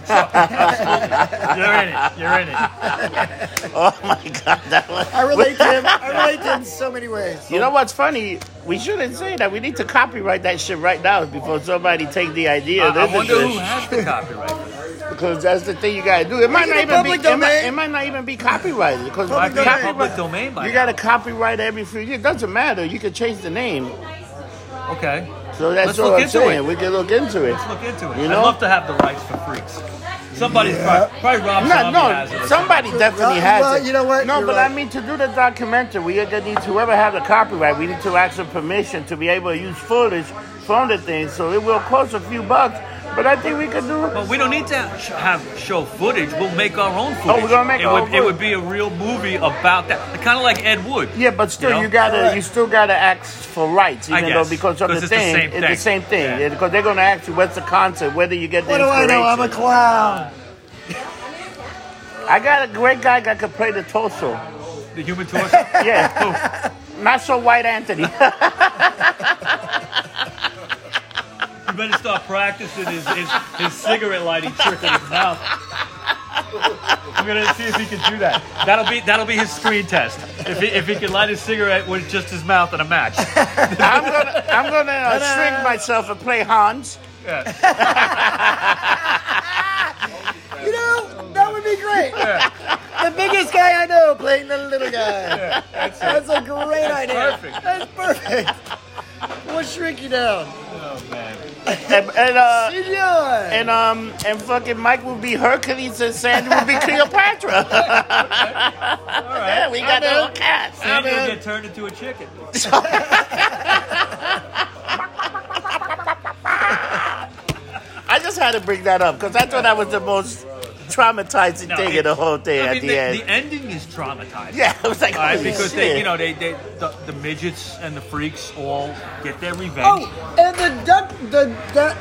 [SPEAKER 1] You're in it. You're in it.
[SPEAKER 2] Oh my god, that was.
[SPEAKER 3] I relate to him. I relate to him in so many ways.
[SPEAKER 2] You know what's funny? We shouldn't say that. We need to copyright that shit right now before somebody take the idea.
[SPEAKER 1] I,
[SPEAKER 2] This
[SPEAKER 1] I
[SPEAKER 2] is
[SPEAKER 1] wonder who
[SPEAKER 2] good.
[SPEAKER 1] has the copyright.
[SPEAKER 2] because that's the thing you gotta do. It might
[SPEAKER 3] it
[SPEAKER 2] not
[SPEAKER 3] in
[SPEAKER 2] even be.
[SPEAKER 3] public
[SPEAKER 2] It might,
[SPEAKER 3] domain.
[SPEAKER 2] it might not even be copyrighted because
[SPEAKER 1] Might be in
[SPEAKER 2] copyright-
[SPEAKER 1] public domain by
[SPEAKER 2] You
[SPEAKER 1] now.
[SPEAKER 2] gotta copyright every few years. Doesn't matter. You can change the name.
[SPEAKER 1] Okay,
[SPEAKER 2] So that's
[SPEAKER 1] Let's
[SPEAKER 2] all
[SPEAKER 1] look
[SPEAKER 2] I'm
[SPEAKER 1] into
[SPEAKER 2] saying.
[SPEAKER 1] it.
[SPEAKER 2] We can look into it.
[SPEAKER 1] let's look into it.
[SPEAKER 2] You
[SPEAKER 1] I'd
[SPEAKER 2] know?
[SPEAKER 1] love to have the rights for freaks. Somebody's probably, probably Rob
[SPEAKER 2] No,
[SPEAKER 1] Zombie has it.
[SPEAKER 2] no,
[SPEAKER 1] or
[SPEAKER 2] somebody definitely has
[SPEAKER 3] well,
[SPEAKER 2] it.
[SPEAKER 3] you know what?
[SPEAKER 2] No,
[SPEAKER 3] You're
[SPEAKER 2] but
[SPEAKER 3] right.
[SPEAKER 2] I mean to do the documentary, we gonna need to whoever have the copyright. We need to ask for permission to be able to use footage from the thing. So it will cost a few bucks, but I think we could do.
[SPEAKER 1] something. But we don't need to sh- have show footage. We'll make our own footage.
[SPEAKER 2] Oh, we're gonna make
[SPEAKER 1] it
[SPEAKER 2] our
[SPEAKER 1] would,
[SPEAKER 2] own
[SPEAKER 1] It would
[SPEAKER 2] footage.
[SPEAKER 1] be a real movie about that, kind of like Ed Wood.
[SPEAKER 2] Yeah, but still,
[SPEAKER 1] You
[SPEAKER 2] you,
[SPEAKER 1] know?
[SPEAKER 2] gotta
[SPEAKER 3] Correct.
[SPEAKER 2] you still gotta ask for rights,
[SPEAKER 1] I
[SPEAKER 2] even though
[SPEAKER 1] guess,
[SPEAKER 2] because of
[SPEAKER 1] 'cause
[SPEAKER 2] the
[SPEAKER 1] it's the
[SPEAKER 2] thing,
[SPEAKER 1] same
[SPEAKER 2] it's
[SPEAKER 1] thing.
[SPEAKER 2] the same thing.
[SPEAKER 1] Yeah.
[SPEAKER 2] Yeah, because they're gonna ask you what's the concept, whether you get the
[SPEAKER 3] What do I
[SPEAKER 2] inspiration.
[SPEAKER 3] know? I'm a clown.
[SPEAKER 2] I got a great guy that could play the torso.
[SPEAKER 1] The human torso.
[SPEAKER 2] Yeah, not so white Anthony.
[SPEAKER 1] you better start practicing his, his, his cigarette lighting trick in his mouth. I'm gonna see if he can do that. That'll be that'll be his screen test. If he, if he can light his cigarette with just his mouth and a match.
[SPEAKER 2] I'm gonna I'm gonna uh, shrink myself and play Hans.
[SPEAKER 3] You know, that would be great. The biggest guy I know playing the little guy. that's, a great idea.
[SPEAKER 1] perfect.
[SPEAKER 3] That's perfect. We'll shrink you down.
[SPEAKER 2] and and, uh,
[SPEAKER 3] Enjoy.
[SPEAKER 2] and um and fucking Mike will be Hercules and Sandy will be Cleopatra. Yeah, we got the whole cast.
[SPEAKER 1] Now you'll get turned into a chicken.
[SPEAKER 2] I just had to bring that up because I thought that was the most traumatizing
[SPEAKER 1] No,
[SPEAKER 2] thing
[SPEAKER 1] it-
[SPEAKER 2] in the whole thing
[SPEAKER 1] I
[SPEAKER 2] at
[SPEAKER 1] mean,
[SPEAKER 2] the,
[SPEAKER 1] the,
[SPEAKER 2] end.
[SPEAKER 1] the ending is traumatizing.
[SPEAKER 2] yeah, I was like,
[SPEAKER 1] All right,
[SPEAKER 2] holy
[SPEAKER 1] because
[SPEAKER 2] shit.
[SPEAKER 1] they, you know, they, they the, the midgets and the freaks all get their revenge.
[SPEAKER 3] Oh, and the duck, the duck,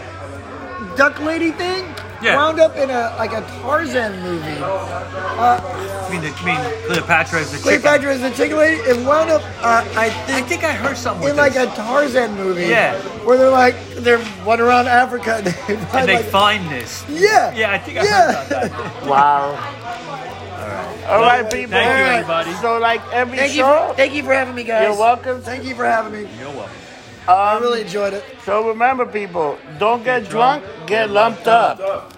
[SPEAKER 3] duck lady thing
[SPEAKER 1] Yeah.
[SPEAKER 3] wound up in a like a Tarzan movie.
[SPEAKER 1] I mean, the, I mean Cleopatra is the chicken.
[SPEAKER 3] Cleopatra is the chicken lady. It wound up, uh, I
[SPEAKER 1] I
[SPEAKER 3] think,
[SPEAKER 1] think I heard something.
[SPEAKER 3] in
[SPEAKER 1] With
[SPEAKER 3] like
[SPEAKER 1] this.
[SPEAKER 3] a Tarzan movie.
[SPEAKER 1] Yeah.
[SPEAKER 3] Where they're like they're one around Africa and they find
[SPEAKER 1] and they
[SPEAKER 3] like,
[SPEAKER 1] find this.
[SPEAKER 3] yeah.
[SPEAKER 1] Yeah, I think I
[SPEAKER 3] Yeah.
[SPEAKER 1] heard about that.
[SPEAKER 2] wow. All right, people.
[SPEAKER 1] Thank you, everybody.
[SPEAKER 2] So, like every
[SPEAKER 3] Thank you,
[SPEAKER 2] show,
[SPEAKER 3] thank you for having me, guys.
[SPEAKER 2] you're welcome.
[SPEAKER 3] Thank you for having me.
[SPEAKER 1] You're welcome. Um,
[SPEAKER 3] I really enjoyed it.
[SPEAKER 2] So remember, people, don't get drunk, get lumped up.